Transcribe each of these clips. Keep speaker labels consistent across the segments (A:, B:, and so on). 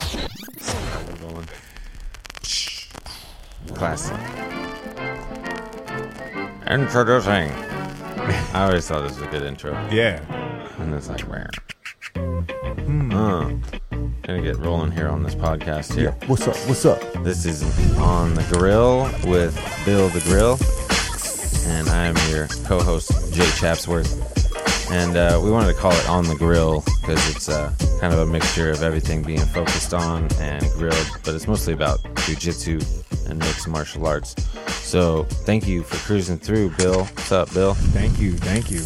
A: We're going. Classic. Introducing. I always thought this was a good intro.
B: Yeah.
A: And it's like, rare. Gonna get rolling here on this podcast here.
B: What's up? What's up?
A: This is On the Grill with Bill the Grill. And I am your co host, Jay Chapsworth. And uh, we wanted to call it On the Grill because it's uh, kind of a mixture of everything being focused on and grilled, but it's mostly about jujitsu and mixed martial arts. So thank you for cruising through, Bill. What's up, Bill?
B: Thank you. Thank you.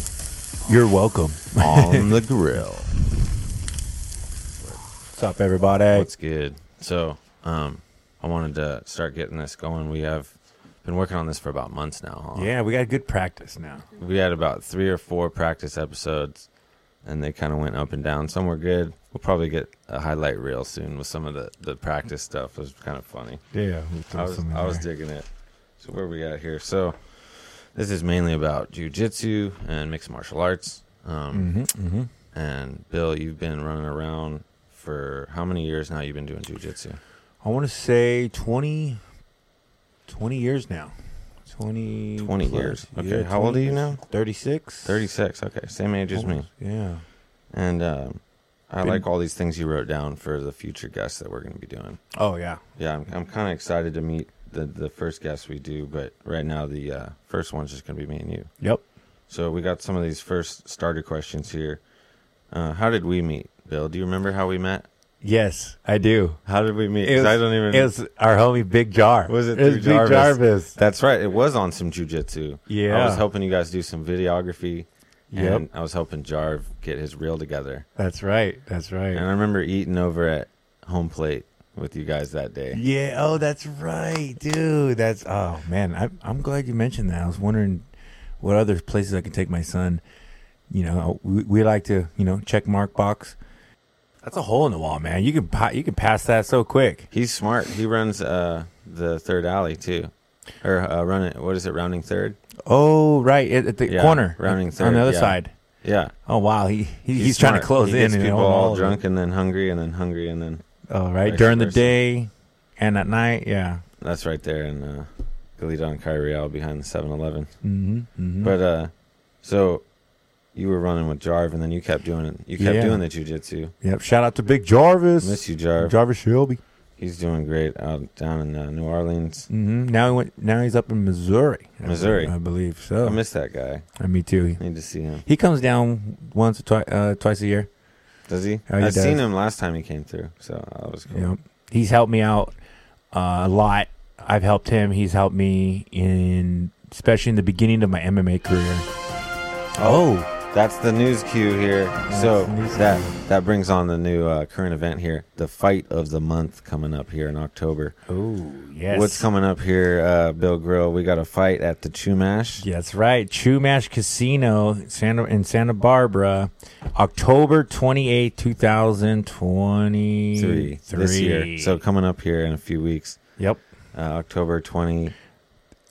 B: You're welcome.
A: On the Grill.
B: What's up, everybody?
A: What's good? So, um, I wanted to start getting this going. We have been working on this for about months now. Huh?
B: Yeah, we got good practice now.
A: we had about three or four practice episodes and they kind of went up and down some were good we'll probably get a highlight reel soon with some of the, the practice stuff it was kind of funny
B: Yeah.
A: i was, I was digging it so where we at here so this is mainly about jujitsu and mixed martial arts
B: Mm.
A: um,
B: Mm-hmm,
A: and bill you've been running around for how many years now you've been doing jujitsu
B: I want to say 20, 20 years now. 20,
A: 20
B: plus.
A: years.
B: Yeah,
A: Okay, how old
B: 20
A: are you now?
B: 36.
A: 36 okay same age as me
B: Yeah.
A: and um, i
B: Been-
A: like all these things you wrote down for the future guests that we're going to be doing
B: Oh, yeah.
A: Yeah, I'm, I'm kind of excited to meet the, the first guest we do, but right now the uh, first one's just going to be me and you.
B: Yep.
A: So we got some of these first starter questions here. Uh, how did we meet, Bill? Do you remember how we met?
C: Yes, I do.
A: How did we meet?
C: It was,
A: 'Cause I don't even.
C: It was our homie Big Jar.
A: was it,
C: was
A: through
C: Big Jarvis?
A: That's right. It was on some jujitsu. I
C: Yeah.
A: was helping you guys do some videography.
C: Yep.
A: And I was helping Jarv get his reel together.
C: That's right. That's right.
A: And I remember eating over at home plate with you guys that day.
C: Yeah.
B: Oh, that's right, dude. That's oh man, I, I'm glad you mentioned that. I was wondering what other places I can take my son. You know, we, we like to you know check mark box. That's a hole in the wall, man. You can pa- you can pass that so quick.
A: He's smart. He runs uh, the third alley too, or uh, run it. What is it? Rounding third.
B: Oh, right at, at the
A: Yeah,
B: corner,
A: rounding
B: on
A: third,
B: the other
A: yeah.
B: side.
A: Yeah,
B: Oh wow, he, he he's, trying to
A: smart.
B: close
A: he
B: in.
A: Gets
B: you know,
A: people all
B: of it.
A: drunk and then hungry and then hungry and then
B: Oh right,
A: vice
B: during the
A: versa.
B: day and at night. Yeah.
A: that's right there in uh, Galita and Kyriel behind the 7-Eleven.
B: Mm-hmm, mm-hmm.
A: But uh, so you were running with Jarv and then you kept doing it. You kept
B: Yeah.
A: doing the jujitsu.
B: yep. Shout out to Big Jarvis.
A: Miss you, Jarv.
B: Jarvis Shelby.
A: He's doing great out down in uh, New Orleans.
B: hmm Now he went. Now he's up in Missouri.
A: Missouri.
B: I, believe so.
A: I miss that guy.
B: Uh, me too.
A: Need to see him.
B: He comes down once or twice, uh, twice a year.
A: Does he?
B: Oh, he
A: I
B: does.
A: seen him last time he came through, so that was cool.
B: You know, he's helped me out uh, a lot. I've helped him. He's helped me in, especially in the beginning of my MMA career. Oh,
A: That's the news cue here. so
B: the news
A: that
B: cue.
A: that brings on the new uh, current event here, the fight of the month coming up here in October.
B: oh, yes.
A: What's coming up here, uh, Bill Grill? We got a fight at the Chumash.
B: Yeah, that's right. Chumash Casino Santa, in Santa Barbara, October twenty eighth, two thousand twenty
A: Three, this year. So coming up here in a few weeks,
B: yep,
A: uh, October twenty,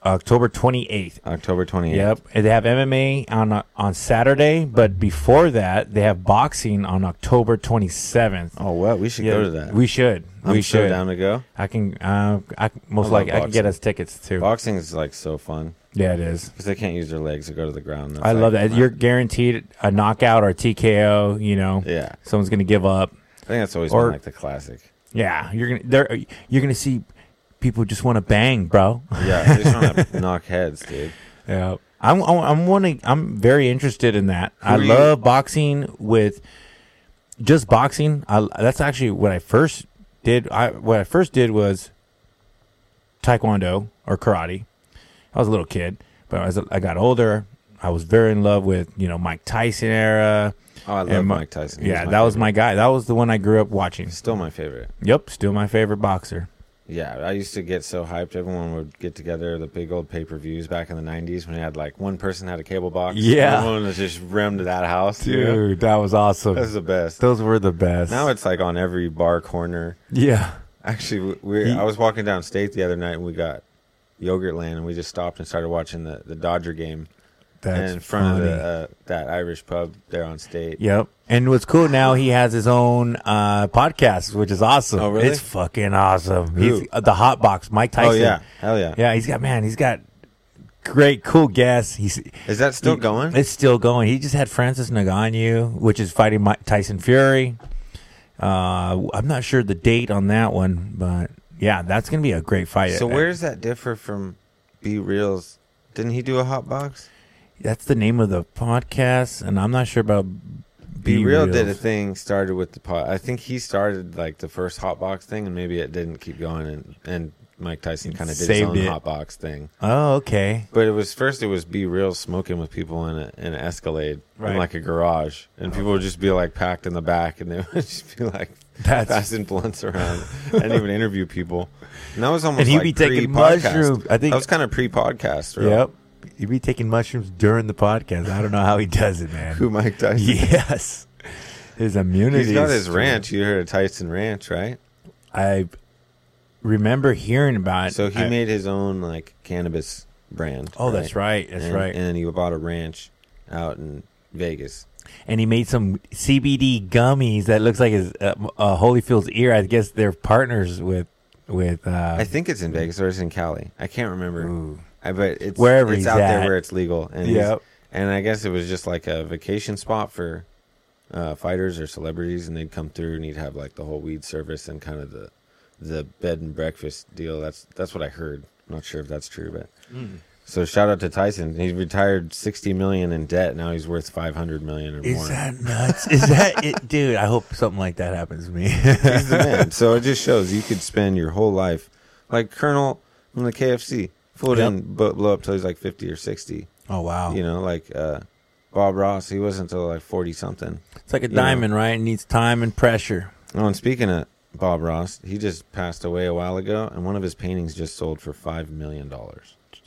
B: October twenty eighth.
A: October twenty eighth.
B: Yep, and they have MMA on on Saturday, but before that, they have boxing on October 27th.
A: Oh well, we should go to that.
B: we should.
A: I'm
B: we
A: so
B: should.
A: down to go.
B: I can. Uh, I can- most
A: love
B: likely I can
A: boxing.
B: get us tickets too.
A: Boxing is like so fun
B: yeah, it is.
A: because they can't use their legs to go to the ground. That's
B: I
A: like-
B: love that. You're guaranteed a knockout or a TKO. You know,
A: Yeah,
B: someone's gonna give up.
A: I think that's always
B: Or-
A: been like the classic.
B: Yeah, you're gonna. There, you're gonna see people just want to bang, bro.
A: Yeah, they just want to knock heads, dude.
B: Yeah. I'm I'm I'm wanting I'm very interested in that. I
A: are you-
B: love boxing with just boxing. I that's actually what I first did. I what I first did was taekwondo or karate. I was a little kid, but as I got older, I was very in love with, you know, Mike Tyson era.
A: Oh, I love
B: And my-
A: Mike Tyson. He's
B: yeah, that was
A: favorite.
B: my guy. That was the one I grew up watching.
A: still my favorite.
B: Yep, still my favorite boxer.
A: Yeah, I used to get so hyped. Everyone would get together the big old pay per views back in the '90s when you had like one person had a cable box.
C: Yeah.
A: everyone was just rimmed to that house. you know?
C: Dude, that was awesome.
A: that's the best.
C: Those were the best.
A: Now it's like on every bar corner.
C: yeah.
A: Actually, we we
C: He-
A: I was walking down state the other night and we got Yogurtland and we just stopped and started watching the, the Dodger game
C: That's
A: in front
C: funny.
A: of the, uh, that Irish pub there on state.
B: Yep. And what's cool now, he has his own uh, podcast, which is awesome.
A: Oh, really?
B: It's fucking awesome.
A: Who?
B: He's uh, the Hot Box, Mike
A: Oh
B: Tyson.
A: yeah, hell yeah.
B: Yeah, he's got man, he's got great, cool guests. He's
A: Is that still going?
B: It's still going. He just had Francis Ngannou, which is fighting Mike Tyson Fury. Uh, I'm not sure the date on that one, but yeah, that's gonna be a great fight. Uh,
A: So where does that differ from B Reels? Didn't he do a hot box?
B: That's the name of the podcast, and I'm not sure about
A: B Real did a
B: Reels.
A: thing started with the pod. I think he started like the first hot box thing, and maybe it didn't keep going. And, and Mike Tyson kind of did his
B: Saved
A: own
B: it.
A: hot box thing.
B: Oh, okay.
A: But it was first it was B Real smoking with people in, a, in an Escalade
B: Right. Oh.
A: in like a garage, and people would just be like packed in the back, and they would just be like
B: That's-
A: passing blunts around. I didn't even interview people, and that was almost
B: And he'd
A: like
B: be taking
A: pre-podcast.
B: mushrooms. I think-
A: that was kind of pre-podcast. Right?
B: Yep. You'd be taking mushrooms during the podcast. I don't know how he does it, man.
A: Who Mike Tyson?
B: yes. His immunity.
A: He's got
B: is
A: his
B: strong.
A: ranch. You heard of Tyson Ranch, right?
B: I remember hearing about
A: So he
B: I-
A: made his own like cannabis brand.
B: Oh, that's right. That's
A: and,
B: right.
A: And he bought a ranch out in Vegas.
B: and he made some CBD gummies that looks like his uh, uh, Holyfield's ear. I guess they're partners with with uh,
A: I think it's in Vegas or it's in Cali. I can't remember.
B: ooh.
A: I, but it's
B: Wherever
A: it's
B: he's
A: out there
B: at.
A: where it's legal. And he's-
B: Yep.
A: And I guess it was just like a vacation spot for uh, fighters or celebrities, and they'd come through and he'd have like the whole weed service and kind of the the bed and breakfast deal. That's that's what I heard. I'm not sure if that's true, but
B: Hmm.
A: so shout out to Tyson. He's retired sixty million in debt. Now he's worth five hundred million or more.
B: Is that nuts? Is that it, dude? I hope something like that happens to me.
A: He's the man. So it just shows you could spend your whole life like Colonel from the KFC, food
B: Yep.
A: in, but blow up till he's like fifty or sixty.
B: oh wow!
A: you know, like uh, Bob Ross, he wasn't until like 40 something.
B: it's like a
A: you know.
B: diamond, right? It needs time and pressure.
A: Oh, and speaking of Bob Ross, he just passed away a while ago, and one of his paintings just sold for $5 million.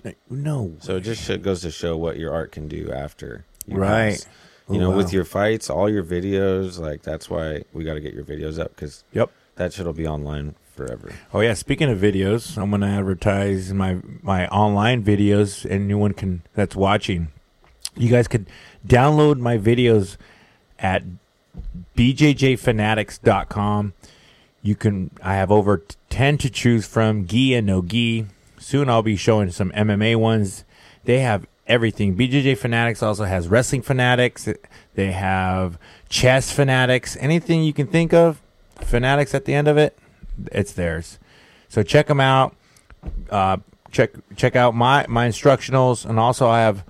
B: Like, No,
A: So it just sho- goes to show what your art can do after. You
B: Right.
A: pass. You
B: Oh,
A: know,
B: wow.
A: with your fights, all your videos, like that's why we got to get your videos up because
B: Yep.
A: that shit will be online forever.
B: Oh yeah, speaking of videos, I'm gonna advertise my my online videos. Anyone can that's watching, you guys could download my videos at bjjfanatics.com. You can I have over t- ten to choose from, gi and no gi. Soon I'll be showing some MMA ones. They have everything. BJJ Fanatics also has wrestling fanatics. They have chess fanatics. Anything you can think of, fanatics at the end of it, it's theirs. So check them out. Uh, check check out my my instructionals, and also I have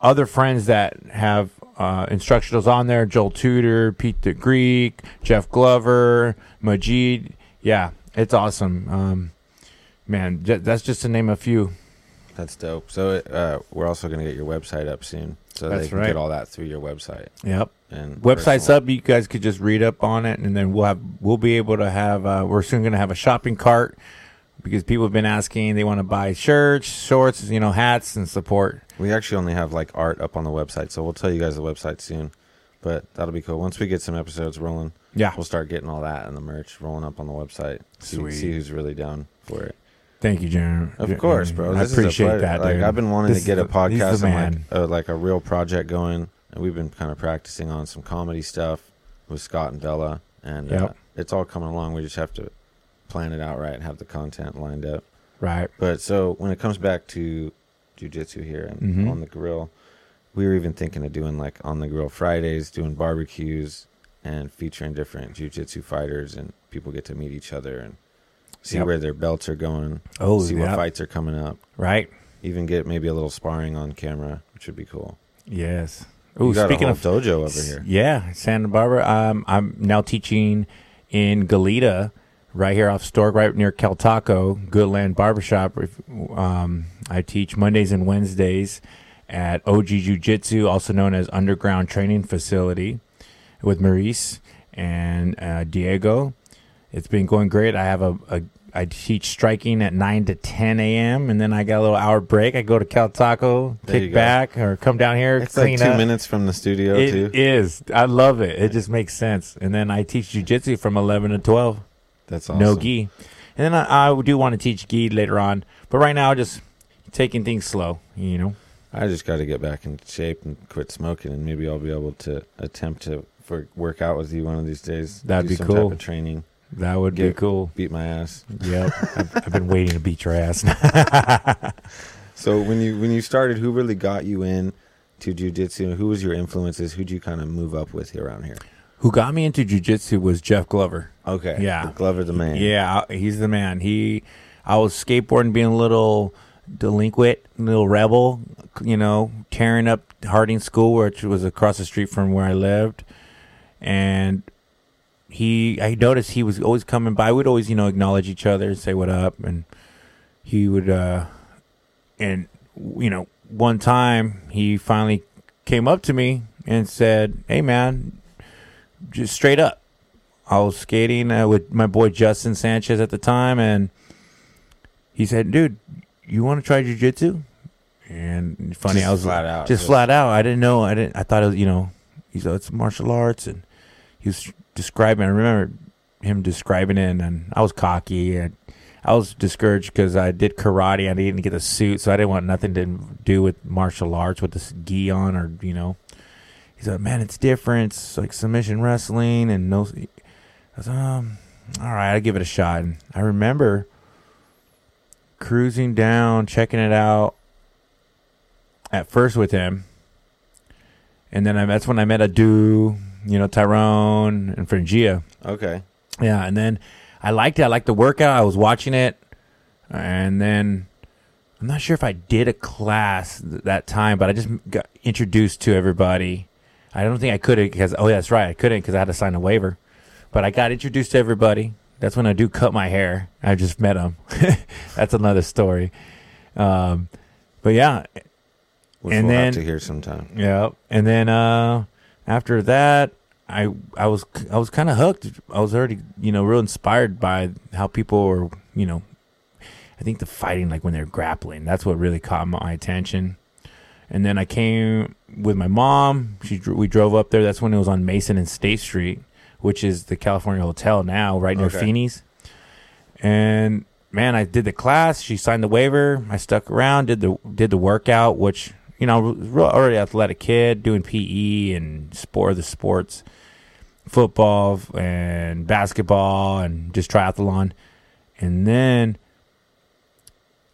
B: other friends that have uh, instructionals on there: Joel Tudor, Pete the Greek, Jeff Glover, Majid. Yeah, it's awesome. Um, man, j- that's just to name a few.
A: That's dope. So uh, we're also going to get your website up soon. So
B: That's
A: they can
B: right.
A: get all that through your website.
B: Yep.
A: And
B: Website's
A: personal-
B: up. You guys could just read up on it, and then we'll have we'll be able to have. Uh, we're soon going to have a shopping cart because people have been asking. They want to buy shirts, shorts, you know, hats, and support.
A: We actually only have like art up on the website, so we'll tell you guys the website soon. But that'll be cool. Once we get some episodes rolling,
B: Yeah.
A: we'll start getting all that and the merch rolling up on the website. See-
B: Sweet.
A: See, who's really down for it.
B: Thank you, Jaron.
A: Of course, bro.
B: I
A: This is a
B: appreciate
A: pleasure.
B: that.
A: Like
B: dude.
A: I've been wanting
B: This
A: to
B: is
A: get a
B: the- he's the
A: podcast and like
B: man.
A: a, like a real project going, and we've been kind of practicing on some comedy stuff with Scott and Bella, and uh,
B: Yep.
A: it's all coming along. We just have to plan it out right and have the content lined up.
B: right.
A: But so when it comes back to jujitsu here and
B: Mhm.
A: on the grill, we were even thinking of doing like on the grill Fridays, doing barbecues and featuring different jujitsu fighters, and people get to meet each other and see
B: Yep.
A: where their belts are going,
B: Oh,
A: see
B: yeah.
A: what fights are coming up,
B: Right.
A: even get maybe a little sparring on camera, which would be cool.
B: Yes.
A: We
B: Ooh,
A: got
B: speaking
A: a
B: of
A: whole dojo over here.
B: Yeah, Santa Barbara. Um, I'm now teaching in Galita, right here off Stork, right near Caltaco, Goodland Barbershop. If- Um, I teach Mondays and Wednesdays at OG Jiu Jitsu, also known as Underground Training Facility, with Maurice and uh, Diego. It's been going great. I have a, a I teach striking at nine to ten a.m. and then I got a little hour break. I go to Cal Taco,
A: There you
B: kick
A: go.
B: back, or come down here,
A: It's
B: clean
A: like two
B: up.
A: minutes from the studio too.
B: It is. I love it. It just makes sense. And then I teach jujitsu from eleven to twelve.
A: That's awesome.
B: No gi. And then I, I do want to teach gi later on, but right now just taking things slow. You know.
A: I just got to get back in shape and quit smoking, and maybe I'll be able to attempt to for work out with you one of these days.
B: That'd
A: Do
B: be
A: some
B: cool.
A: Type of training,
B: That would
A: Yeah.
B: be cool.
A: beat my ass.
B: Yep. I've, I've been waiting to beat your ass.
A: So when you when you started, who really got you in to jujitsu? Who was your influences? Who'd you kind of move up with around here?
B: Who got me into jujitsu was Jeff Glover.
A: Okay,
B: Yeah.
A: Glover the man.
B: Yeah, I- he's the man. He, I was skateboarding, being a little delinquent, little rebel, you know, tearing up Harding School, which was across the street from where I lived, and he, I noticed he was always coming by. We'd always, you know, acknowledge each other and say what up, and he would, uh and you know, one time he finally came up to me and said, "Hey, man." Just straight up, I was skating uh, with my boy Justin Sanchez at the time, and he said, "Dude, you want to try jujitsu?" And funny,
A: Just
B: I was
A: flat out,
B: just
A: just-
B: flat out. I didn't know. I didn't. I thought it was you know, he's oh, it's martial arts, and he was describing. I remember him describing it, and, then I was cocky and. I was discouraged because I did karate. I didn't get the suit, so I didn't want nothing to do with martial arts with this gi on or you know. He's like, man, it's different. It's like submission wrestling and no. I was um, all right, I'll give it a shot. And I remember cruising down, checking it out at first with him, and then I, that's when I met Adu, you know, Tyrone and Frangia.
A: Okay.
B: Yeah, and then I liked it. I liked the workout. I was watching it, and then I'm not sure if I did a class th- that time, but I just got introduced to everybody. I don't think I could because oh yeah, that's right, I couldn't because I had to sign a waiver. But I got introduced to everybody. That's when I do cut my hair. I just met him. that's another story. Um, but yeah,
A: Which
B: And
A: we'll
B: then-
A: have to hear sometime.
B: yeah, and then uh, after that, I I was I was kind of hooked. I was already you know real inspired by how people were you know, I think the fighting like when they're grappling that's what really caught my attention. And then I came with my mom. She dro- we drove up there. That's when it was on Mason and State Street, which is the California Hotel now, right near
A: Okay.
B: Feeney's. And man, I did the class. She signed the waiver. I stuck around, did the did the workout, which you know, I was real- already athletic kid, doing PE and sport other sports, football and basketball, and just triathlon. And then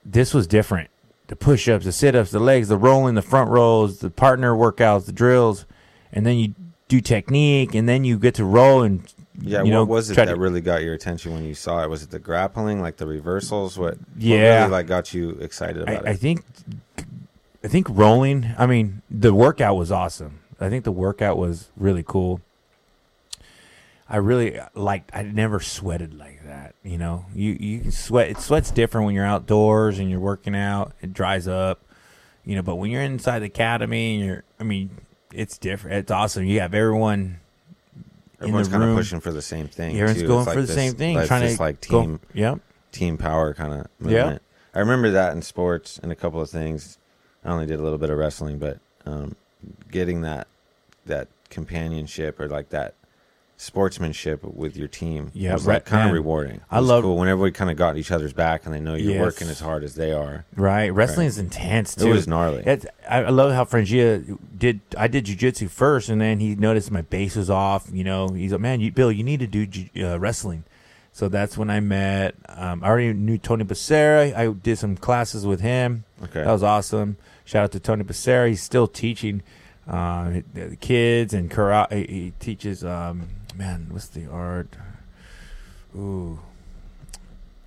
B: this was different. The push ups, the sit ups, the legs, the rolling, the front rolls, the partner workouts, the drills, and then you do technique, and then you get to roll and
A: Yeah,
B: you
A: what
B: know,
A: was it
B: try
A: that
B: to-
A: really got your attention when you saw it? Was it the grappling, like the reversals? What? what
B: Yeah.
A: really, like got you excited about
B: I, I
A: it.
B: think I think rolling. I mean, the workout was awesome. I think the workout was really cool. I really liked. I never sweated like that. You know, you you can sweat. It sweats different when you're outdoors and you're working out. It dries up. You know, but when you're inside the academy and you're, I mean, it's different. It's awesome. You have everyone
A: Everyone's
B: in the
A: kind of
B: room.
A: pushing for the same thing.
B: Everyone's
A: too. It's
B: going
A: like
B: for the
A: this-
B: same thing,
A: like,
B: trying
A: this,
B: to
A: like
B: go-
A: team
B: Yep.
A: team power kind of
B: Yeah.
A: movement. I remember that in sports and a couple of things. I only did a little bit of wrestling, but um, getting that that companionship or like that sportsmanship with your team
B: Yeah,
A: was
B: right,
A: like kind
B: man.
A: of rewarding. It
B: I
A: was
B: love-
A: cool when everybody kind of got each other's back and they know you're
B: Yes.
A: working as hard as they are.
B: Right. Wrestling is intense
A: It
B: too.
A: was gnarly.
B: It's, I I love how Frangia did. I did jujitsu first, and then he noticed my base was off. You know, he's like, "Man, you, Bill, you need to do ju- uh, wrestling." So that's when I met. Um, I already knew Tony Becerra. I did some classes with him.
A: Okay.
B: That was awesome. Shout out to Tony Becerra. He's still teaching uh, the kids and karate. He teaches. Um, man, what's the art? Ooh,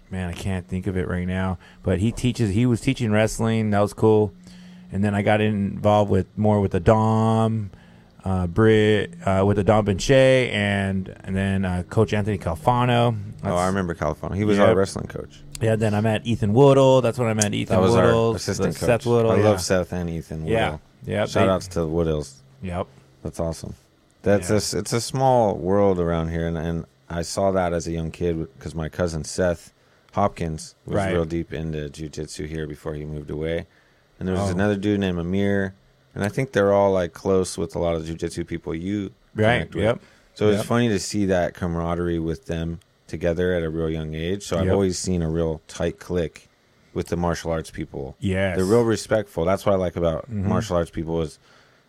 B: man, I can't think of it right now. But he teaches. He was teaching wrestling. That was cool. And then I got involved with more with the Dom, uh, Brit, uh, with the Dom Benchet, and and then uh, Coach Anthony Calfano.
A: oh, I remember California. He was
B: Yep.
A: our wrestling coach.
B: Yeah, then I met Ethan Woodle. That's when I met Ethan
A: That was
B: Woodle.
A: our assistant coach.
B: Seth Woodle.
A: I
B: yeah.
A: love Seth and Ethan. Woodle.
B: Yeah. Yep.
A: Shout
B: they-
A: outs to the Woodills.
B: Yep.
A: That's awesome. That's
B: Yeah.
A: a s it's a small world around here, and, and I saw that as a young kid because my cousin Seth Hopkins was
B: Right.
A: real deep into jujitsu here before he moved away, and there was
B: Oh.
A: another dude named Amir, and I think they're all like close with a lot of jujitsu people you
B: Right.
A: connect with.
B: Yep.
A: So it's
B: Yep.
A: funny to see that camaraderie with them together at a real young age. So I've
B: Yep.
A: always seen a real tight click with the martial arts people.
B: Yes.
A: They're real respectful. That's what I like about
B: Mhm.
A: martial arts people is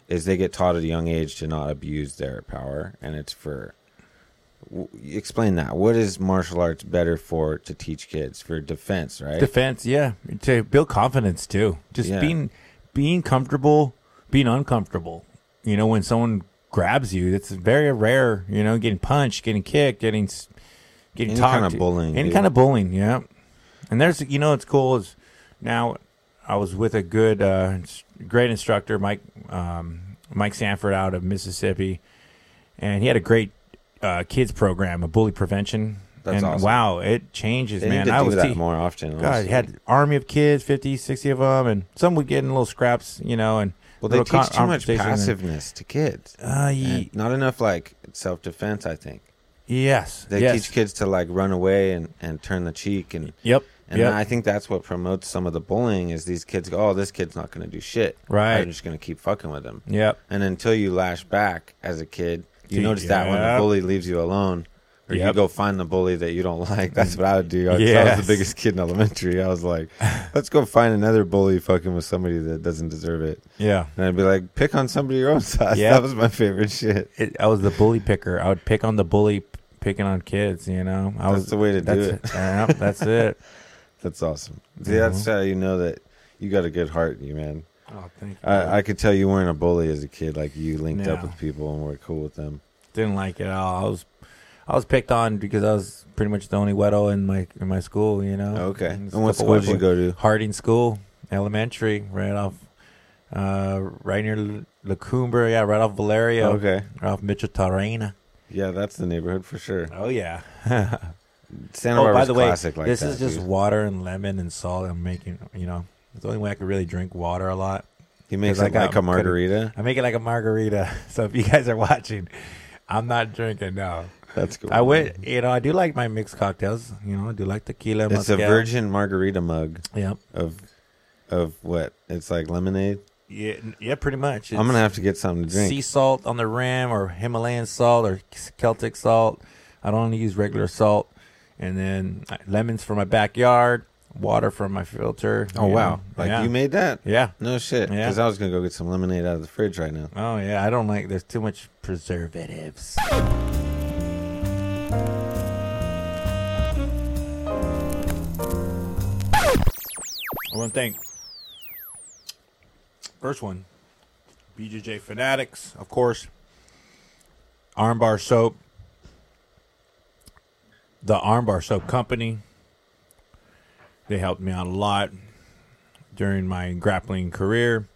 A: is they get taught at a young age to not abuse their power, and it's for. W- explain that. What is martial arts better for to teach kids for defense? Right.
B: defense. Yeah. To build confidence too. Just
A: Yeah.
B: being being comfortable, being uncomfortable. You know, when someone grabs you, that's very rare. You know, getting punched, getting kicked, getting s- getting
A: Any
B: talked
A: kind of bullying,
B: Any
A: dude.
B: kind of bullying. Yeah. And there's you know it's cool is now I was with a good uh, ins- great instructor Mike um, Mike Sanford out of Mississippi, and he had a great uh, kids program, a bully prevention.
A: That's
B: and
A: awesome.
B: wow, it changes,
A: they
B: man.
A: need to
B: I
A: do
B: was
A: that
B: te-
A: more often.
B: God,
A: honestly.
B: he had an army of kids, 50, 60 of them, and some would get in little scraps, you know, and
A: well, they
B: little con-
A: teach too much
B: confrontation and-
A: passiveness to kids.
B: Uh, ye-
A: And not enough like self defense. I think
B: yes,
A: they
B: yes.
A: teach kids to like run away and, and turn the cheek and
B: Yep,
A: and
B: yep.
A: I think that's what promotes some of the bullying is these kids go, oh, this kid's not going to do shit.
B: Right.
A: I'm just going to keep fucking with him.
B: yep.
A: And until you lash back as a kid, you
B: Dude,
A: notice that when the
B: yep.
A: bully leaves you alone, or you
B: Yep.
A: go find the bully that you don't like. That's what I would do. I, 'cause I was
B: Yes.
A: the biggest kid in elementary. I was like, let's go find another bully fucking with somebody that doesn't deserve it.
B: Yeah.
A: And I'd be like, pick on somebody your own size.
B: Yep.
A: That was my favorite shit.
B: It, I was the bully picker. I would pick on the bully p- picking on kids, you know. I
A: That's
B: was
A: the way to do
B: that's
A: it.
B: yeah, that's it.
A: That's awesome. See,
B: Mm-hmm.
A: that's how you know that you got a good heart in you, man.
B: Oh, thank you.
A: I, I could tell you weren't a bully as a kid. Like you linked up
B: No.
A: with people and were cool with them.
B: didn't like it at all. I was I was picked on because I was pretty much the only wedo in my in my school, you know.
A: Okay. And
B: there's a
A: what
B: couple
A: school
B: white
A: did you
B: boys.
A: go to?
B: Harding School Elementary, right off, uh, right near L- Lacumbra. Yeah, right off Valeria,
A: Okay.
B: right off Mitchell Tarena.
A: Yeah, that's the neighborhood for sure.
B: Oh yeah.
A: Santa
B: oh,
A: Barbara's
B: by the way,
A: classic like
B: this
A: that,
B: is just
A: dude.
B: water and lemon and salt. I'm making, you know, it's the only way I could really drink water a lot.
A: He makes
B: 'cause I
A: it
B: got-
A: like a
B: could've-
A: margarita.
B: I make it like a margarita. So if you guys are watching, I'm not drinking. No,
A: That's cool.
B: I would. You know, I do like my mixed cocktails. You know, I do like tequila.
A: It's a
B: mezcal.
A: virgin margarita mug
B: Yep.
A: of of what? It's like lemonade.
B: Yeah. n- Yeah. Pretty much.
A: I'm
B: It's-
A: gonna have to get something to drink.
B: sea salt on the rim or Himalayan salt or Celtic salt. I don't only use regular salt. And then uh, lemons from my backyard, water from my filter.
A: oh
B: you
A: wow!
B: know.
A: Like
B: yeah.
A: you made that?
B: yeah.
A: No shit.
B: Yeah.
A: Because I was gonna go get some lemonade out of the fridge right now.
B: Oh yeah, I don't like. There's too much preservatives. One thing. First one, BJJ fanatics, of course. Armbar soap. The Armbar soap company. They helped me out a lot during my grappling career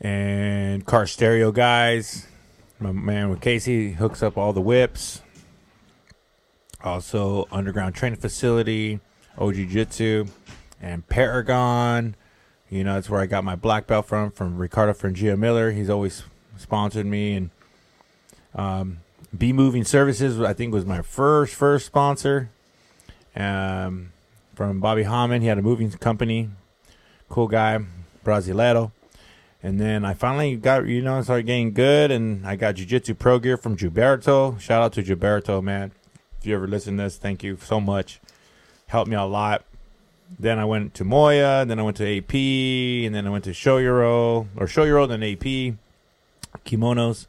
B: and car stereo guys. My man with Casey hooks up all the whips. Also, underground training facility, OG Jitsu, and Paragon. You know, that's where I got my black belt from, from Ricardo Frangia Miller. He's always sponsored me. And um, B Moving Services, I think, was my first, first sponsor. Um, from Bobby Hammond. He had a moving company. Cool guy, Brasileiro. And then I finally got, you know, started getting good, and I got jujitsu pro gear from Gilberto. Shout out to Gilberto, man. If you ever listen to this, thank you so much. Helped me out a lot. Then I went to Moya, then I went to AP, and then I went to Shoyuro, or Shoyuro, then AP, kimonos.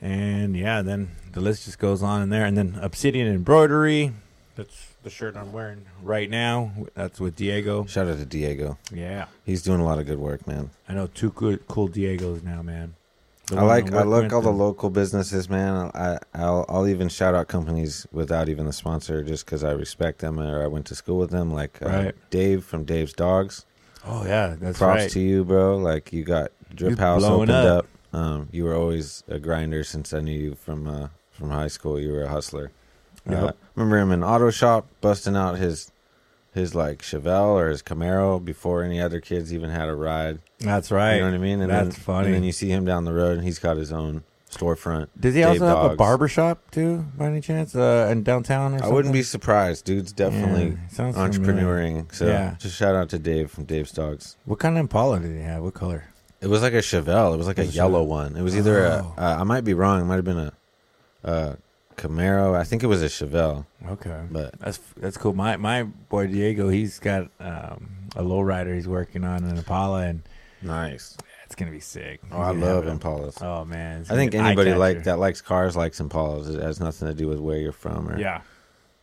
B: And yeah, then the list just goes on in there. And then Obsidian Embroidery. That's the shirt I'm wearing right now. That's with Diego.
A: Shout out to Diego.
B: Yeah.
A: He's doing a lot of good work, man.
B: I know two good, cool Diego's now, man. The
A: I
B: one
A: like
B: on
A: I
B: Wet
A: like all the
B: Winton.
A: local businesses, man. I I'll, I'll even shout out companies without even the sponsor, just because I respect them or I went to school with them. Like uh,
B: Right.
A: Dave from Dave's Dogs.
B: Oh yeah, that's
A: Props
B: right.
A: to you, bro. Like you got Drip
B: He's
A: House
B: blowing
A: opened up.
B: up.
A: Um, you were always a grinder since I knew you from uh, from high school. You were a hustler. Uh,
B: Yep.
A: remember him in auto shop busting out his his like Chevelle or his Camaro before any other kids even had a ride.
B: That's right.
A: You know what I mean?
B: That's
A: then,
B: funny.
A: And then you see him down the road, and he's got his own storefront.
B: Does he
A: Dave
B: also have a
A: Boggs.
B: barber shop too, by any chance, uh, in downtown? Or
A: I
B: something?
A: wouldn't be surprised. Dude's definitely
B: Yeah, sounds familiar.
A: entrepreneuring. So
B: Yeah.
A: just shout out to Dave from Dave's Dogs.
B: What kind of Impala did he have? What color?
A: It was like a Chevelle. It was like a
B: It was a
A: yellow one. It was either a-
B: Oh.
A: a, I might be wrong. It might have been a, a Camaro. I think it was a Chevelle,
B: Okay,
A: but
B: that's that's cool. My my boy Diego, he's got um, a lowrider he's working on an Impala, and
A: nice.
B: it's gonna be sick.
A: Oh, I
B: He's gonna
A: love
B: have it.
A: Impalas.
B: Oh man, it's
A: I
B: gonna
A: think
B: be an
A: anybody like
B: eye-catcher.
A: that likes cars likes Impalas. It has nothing to do with where you're from. Or,
B: Yeah,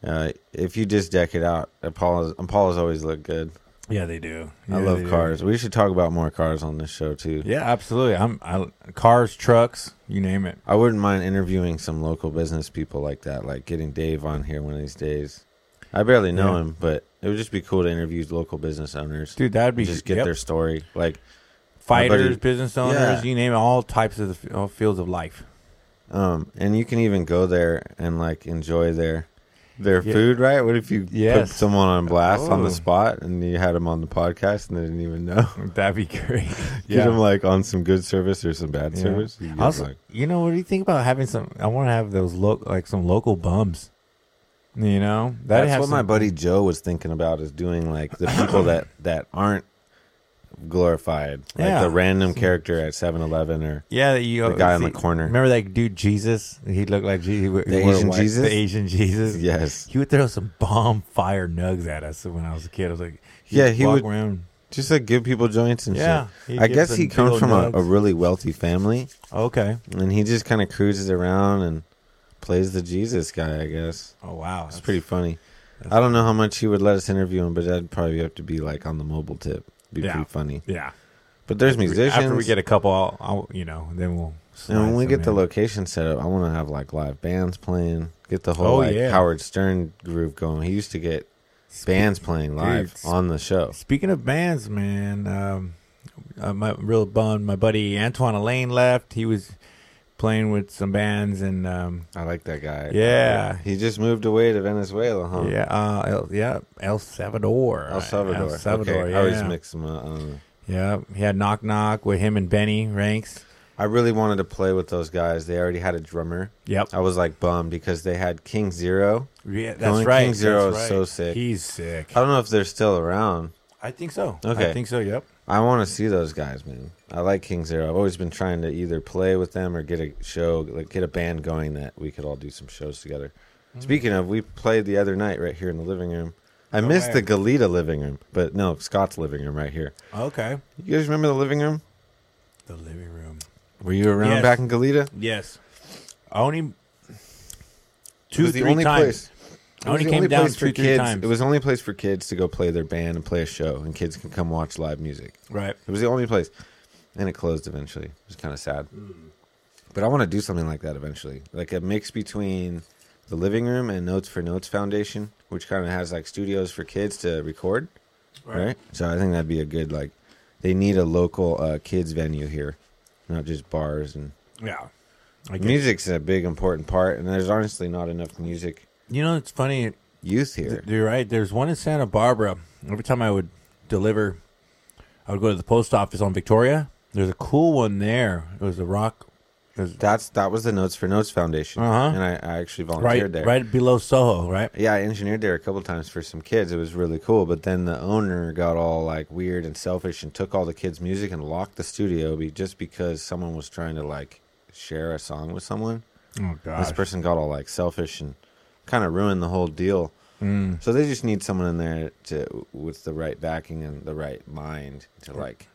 A: Uh, if you just deck it out, Impalas Impalas always look good.
B: yeah, they do.
A: I
B: Yeah,
A: love
B: they do.
A: cars. We should talk about more cars on this show too.
B: Yeah, absolutely. I'm I, cars, trucks, you name it.
A: I wouldn't mind interviewing some local business people like that, like getting Dave on here one of these days. I barely know
B: Yeah.
A: him, but it would just be cool to interview local business owners.
B: Dude, that'd be
A: just get
B: yep.
A: their story. Like,
B: fighters,
A: buddy-
B: business owners,
A: Yeah.
B: you name it, all types of the f- all fields of life.
A: um, and you can even go there and like enjoy their their
B: Yeah.
A: food, right? What if you put
B: Yes.
A: someone on blast on
B: Oh.
A: the spot and you had them on the podcast and they didn't even know?
B: That'd be great.
A: Get them like on some good service or some bad
B: Yeah.
A: service. You get,
B: Also,
A: like-
B: you know, what do you think about having some? I want to have those look like some local bums. You know, That'd
A: That's
B: have
A: what my
B: some-
A: buddy Joe was thinking about is doing like the people that that aren't glorified, like
B: Yeah.
A: the random character at 7-Eleven or
B: Yeah, that you
A: the guy in the
B: see-
A: corner.
B: Remember that dude Jesus? He looked like Jesus.
A: The Asian Jesus?
B: The Asian Jesus.
A: yes,
B: He would throw some bomb fire nugs at us when I was a kid. I was like,
A: Yeah, he
B: walk
A: would-
B: Around.
A: just like give people joints and
B: Yeah,
A: shit.
B: he
A: I
B: gives
A: guess
B: them
A: he comes
B: pillow
A: from a, a
B: nugs.
A: really wealthy family,
B: Okay.
A: and he just kind of cruises around and plays the Jesus guy. I guess
B: Oh wow,
A: it's pretty funny. I don't know how much he would let us interview him, but that'd probably have to be like on the mobile tip. Be
B: Yeah.
A: pretty funny.
B: Yeah.
A: But there's musicians.
B: After we get a couple, I'll, I'll you know, then we'll.
A: And when
B: slide
A: we
B: some
A: get the
B: in.
A: location set up, I want to have like live bands playing. Get the whole
B: Oh,
A: like
B: yeah.
A: Howard Stern groove going. He used to get bands playing live
B: Dude,
A: on the show.
B: Speaking of bands, man, um, uh, my real bum, my buddy Antoine Elaine left. He was playing with some bands, and um,
A: I like that guy.
B: Yeah.
A: he just moved away to Venezuela, huh?
B: yeah, uh, El, yeah, El Salvador,
A: El Salvador.
B: El Salvador.
A: Okay,
B: Yeah,
A: I always mix them up. Um, I don't know.
B: yeah. He had knock knock with him and Benny Ranks.
A: I really wanted to play with those guys. They already had a drummer.
B: Yep.
A: I was like bummed because they had King Zero.
B: Yeah, that's
A: Going
B: right.
A: King Zero
B: that's
A: is
B: right.
A: so sick.
B: He's sick.
A: I don't know if they're still around.
B: I think so.
A: Okay.
B: I think so. Yep.
A: I want to see those guys, man. I like King Zero. I've always been trying to either play with them or get a show, like get a band going that we could all do some shows together.
B: Mm-hmm.
A: Speaking of, we played the other night right here in the living room. I missed
B: where?
A: the Galita living room, but no, Scott's living room right here.
B: Okay.
A: You guys remember the living room?
B: The living room.
A: Were you around
B: Yes.
A: back in Galita?
B: Yes. I only
A: it
B: two,
A: was
B: three
A: the only
B: times.
A: place.
B: I only came down two, three
A: kids.
B: times.
A: It was the only place for kids to go play their band and play a show, and kids can come watch live music.
B: right.
A: It was the only place, and it closed eventually. It was kind of sad, but I want to do something like that eventually, like a mix between the living room and Notes for Notes Foundation, which kind of has like studios for kids to record, right? So I think that'd be a good like. They need a local uh, kids venue here, not just bars and
B: Yeah. I get it.
A: music's a big important part, and there's honestly not enough music
B: You know, it's funny.
A: youth
B: th-
A: here.
B: You're right. There's one in Santa Barbara. Every time I would deliver, I would go to the post office on Victoria. There's a cool one there. It was a rock. It was
A: That's that was the Notes for Notes Foundation,
B: Uh-huh.
A: and I, I actually volunteered
B: right,
A: there.
B: right below Soho, right?
A: Yeah, I engineered there a couple times for some kids. It was really cool. But then the owner got all like weird and selfish and took all the kids' music and locked the studio be- just because someone was trying to like share a song with someone.
B: Oh,
A: This person got all like selfish and kind of ruined the whole deal. Mm. So they just need someone in there to with the right backing and the right mind to like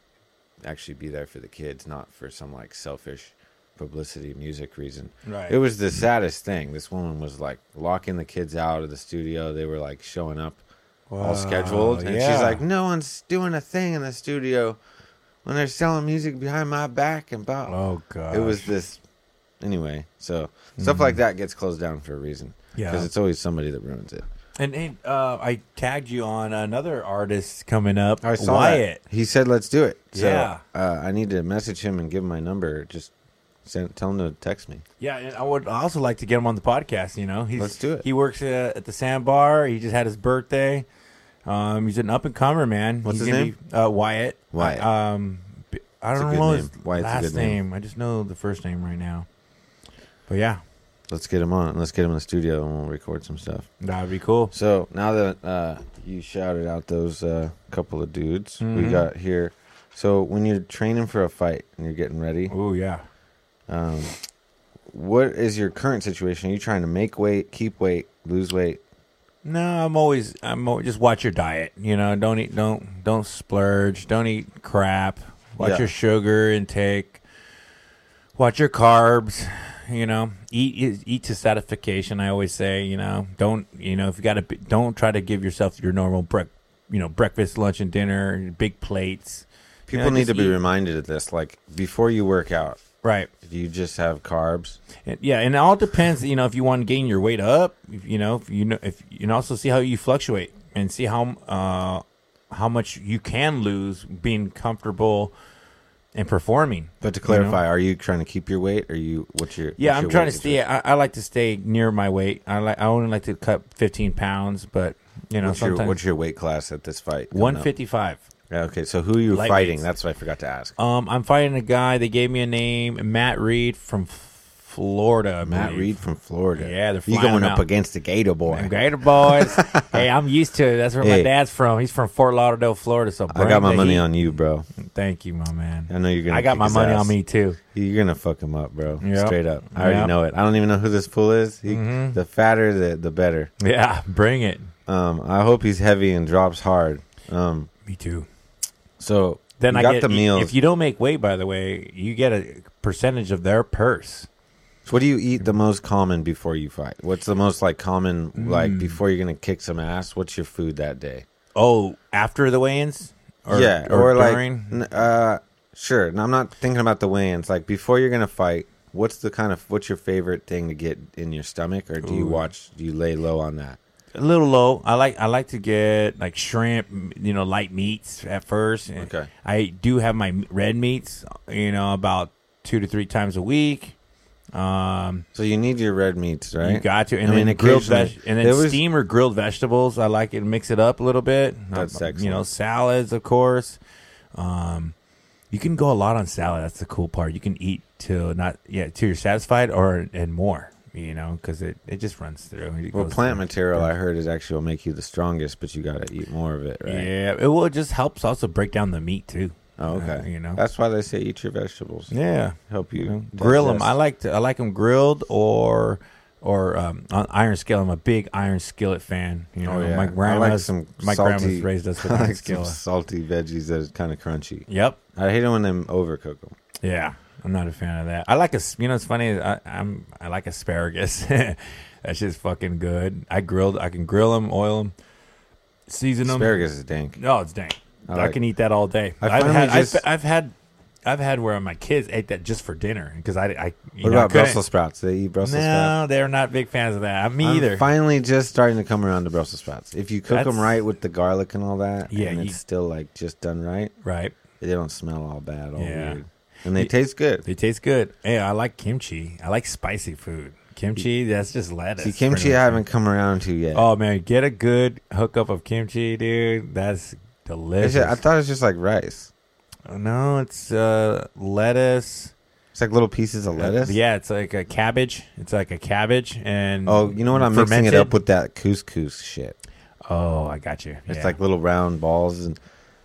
A: actually be there for the kids, not for some like selfish publicity music reason.
B: Right.
A: It was the saddest thing. This woman was like locking the kids out of the studio. They were like showing up all
B: Wow,
A: scheduled. And she's
B: yeah.
A: like, No one's doing a thing in the studio when they're selling music behind my back and blah
B: Oh, God.
A: it was this anyway so stuff like that gets closed down for a reason
B: Yeah.
A: because it's always somebody that ruins it
B: And, and uh, I tagged you on another artist coming up.
A: i saw
B: Wyatt.
A: it he said let's do it so
B: Yeah.
A: uh, i need to message him and give him my number just send, tell him to text me
B: Yeah, and I would also like to get him on the podcast. You know, he's,
A: Let's do it.
B: He works uh, at the Sandbar. He just had his birthday. Um, he's an up and comer man.
A: What's his
B: he's gonna
A: name?
B: Be, uh, Wyatt.
A: Wyatt.
B: Um, b- I
A: It's a
B: don't
A: good
B: know
A: name.
B: his
A: Wyatt's a
B: last
A: good
B: name.
A: name.
B: I just know the first name right now. But yeah,
A: Let's get him on. Let's get him in the studio and we'll record some stuff.
B: that'd be cool.
A: So now that uh, you shouted out those uh, couple of dudes we
B: Mhm.
A: got here, so when you're training for a fight and you're getting ready,
B: Oh yeah.
A: um, what is your current situation? Are you trying to make weight, keep weight, lose weight?
B: No, I'm always I'm always, just watch your diet. You know, don't eat don't don't splurge. Don't eat crap. Watch
A: Yeah.
B: your sugar intake. Watch your carbs. You know, eat eat- eat to satisfaction. I always say, you know, don't you know if you got to don't try to give yourself your normal break. You know, breakfast, lunch, and dinner, big plates. You know,
A: People need
B: just
A: to be
B: eat-
A: reminded of this. Like before you work out,
B: right.
A: do you just have carbs?
B: It- Yeah, and it all depends. You know, if you want to gain your weight up, if, you know, if you know, if you can also see how you fluctuate and see how uh, how much you can lose being comfortable and performing.
A: But to
B: You know?
A: clarify, are you trying to keep your weight? Are you what's your
B: yeah,
A: what's
B: I'm
A: your
B: trying
A: weight
B: to stay. I, I like to stay near my weight. I like. I only like to cut 15 pounds, but you know,
A: What's your,
B: sometimes
A: what's your weight class at this fight? coming up?
B: 155.
A: Yeah, okay, so who are you
B: Lightweights.
A: fighting? That's what I forgot to ask.
B: Um, I'm fighting a guy. They gave me a name, Matt Reed from F- Florida. I
A: Matt
B: believe.
A: Reed from Florida.
B: Yeah, they're
A: you
B: flying
A: going
B: him
A: up
B: out.
A: against the Gator boy.
B: Them Gator boys. hey, I'm used to it. That's where
A: Hey.
B: my dad's from. He's from Fort Lauderdale, Florida. So
A: I got my money on you, bro.
B: on. Thank you, my man.
A: I know you're gonna.
B: I got
A: kick
B: my
A: his
B: money
A: ass.
B: on me too.
A: You're gonna fuck him up, bro.
B: Yep.
A: Straight up. I already
B: Yep.
A: know it. I don't even know who this fool is. He,
B: Mhm.
A: The fatter, the the better.
B: Yeah, bring it.
A: Um, I hope he's heavy and drops hard. Um,
B: Me too.
A: so
B: Then
A: you
B: I
A: got
B: get
A: the meals.
B: If you don't make weight, by the way, you get a percentage of their purse.
A: what do you eat the most common before you fight? What's the most like common
B: Mm.
A: like before you're gonna kick some ass? What's your food that day?
B: Oh, after the weigh-ins?
A: yeah, or, like,
B: during?
A: n- uh, sure. And I'm not thinking about the weigh-ins. Like before you're gonna fight, what's the kind of what's your favorite thing to get in your stomach, or do you
B: Ooh.
A: watch? Do you lay low on that?
B: a little low. I like I like to get like shrimp, m- you know, light meats at first. And
A: Okay.
B: I do have my m- red meats, you know, about two to three times a week. Um,
A: So you need your red meats, right?
B: you got to, and
A: I mean,
B: then grilled
A: occasionally-
B: veg- and then
A: there was-
B: steam or grilled vegetables. I like it. Mix it up a little bit.
A: That's
B: Um, You know,
A: excellent.
B: salads, of course. Um, you can go a lot on salad. That's the cool part. You can eat till not yeah till you're satisfied or and more. You know, because it, it just runs through. It
A: Well,
B: goes
A: plant
B: through.
A: material I heard is actually will make you the strongest, but you got to eat more of it, right?
B: Yeah, it will it just helps also break down the meat too.
A: Oh, okay.
B: Uh, you know.
A: that's why they say eat your vegetables.
B: yeah,
A: Help you
B: you know, grill them.
A: digest.
B: I like to I like them grilled or or um, on iron skillet. I'm a big iron skillet fan. You know,
A: Oh, yeah.
B: my
A: I like
B: grandma's
A: some
B: my
A: salty-
B: grandma's raised us with
A: I
B: iron
A: like some
B: skillet.
A: salty veggies that are kind of crunchy.
B: Yep.
A: I hate it when they overcook them.
B: Yeah, I'm not a fan of that. I like as you know, it's funny. I, I'm I like asparagus. That's just fucking good. I grilled. I can grill them, oil them, season them.
A: Asparagus is dank.
B: No, it's dank.
A: I
B: I,
A: like-
B: can eat that all day.
A: I
B: I've
A: finally
B: had,
A: just-
B: I've, I've had, I've had where my kids ate that just for dinner because I, I you
A: What
B: know, I
A: about
B: couldn't-
A: Brussels sprouts? They eat Brussels sprouts.
B: No, they're not big fans of that. I'm
A: I'm
B: either.
A: finally just starting to come around to Brussels sprouts. If you cook them
B: That's-
A: right with the garlic and all that,
B: Yeah,
A: and
B: you-
A: it's still like just done right,
B: Right?
A: they don't smell all bad, all
B: Yeah.
A: weird, and they
B: You-
A: taste good.
B: They taste good. Hey, I like kimchi. I like spicy food. Kimchi, that's just lettuce.
A: See, kimchi
B: pretty
A: I
B: much.
A: haven't come around to yet.
B: Oh man, get a good hookup of kimchi, dude. That's
A: It's
B: delicious.
A: ju- I thought it was just like rice.
B: no, it's uh, lettuce.
A: It's like little pieces of lettuce.
B: Uh, Yeah, it's like a cabbage. It's like a cabbage and
A: Oh, you know what? I'm mixing it
B: fermented.
A: up with that couscous shit.
B: Oh, I got you.
A: It's
B: Yeah.
A: like little round balls, and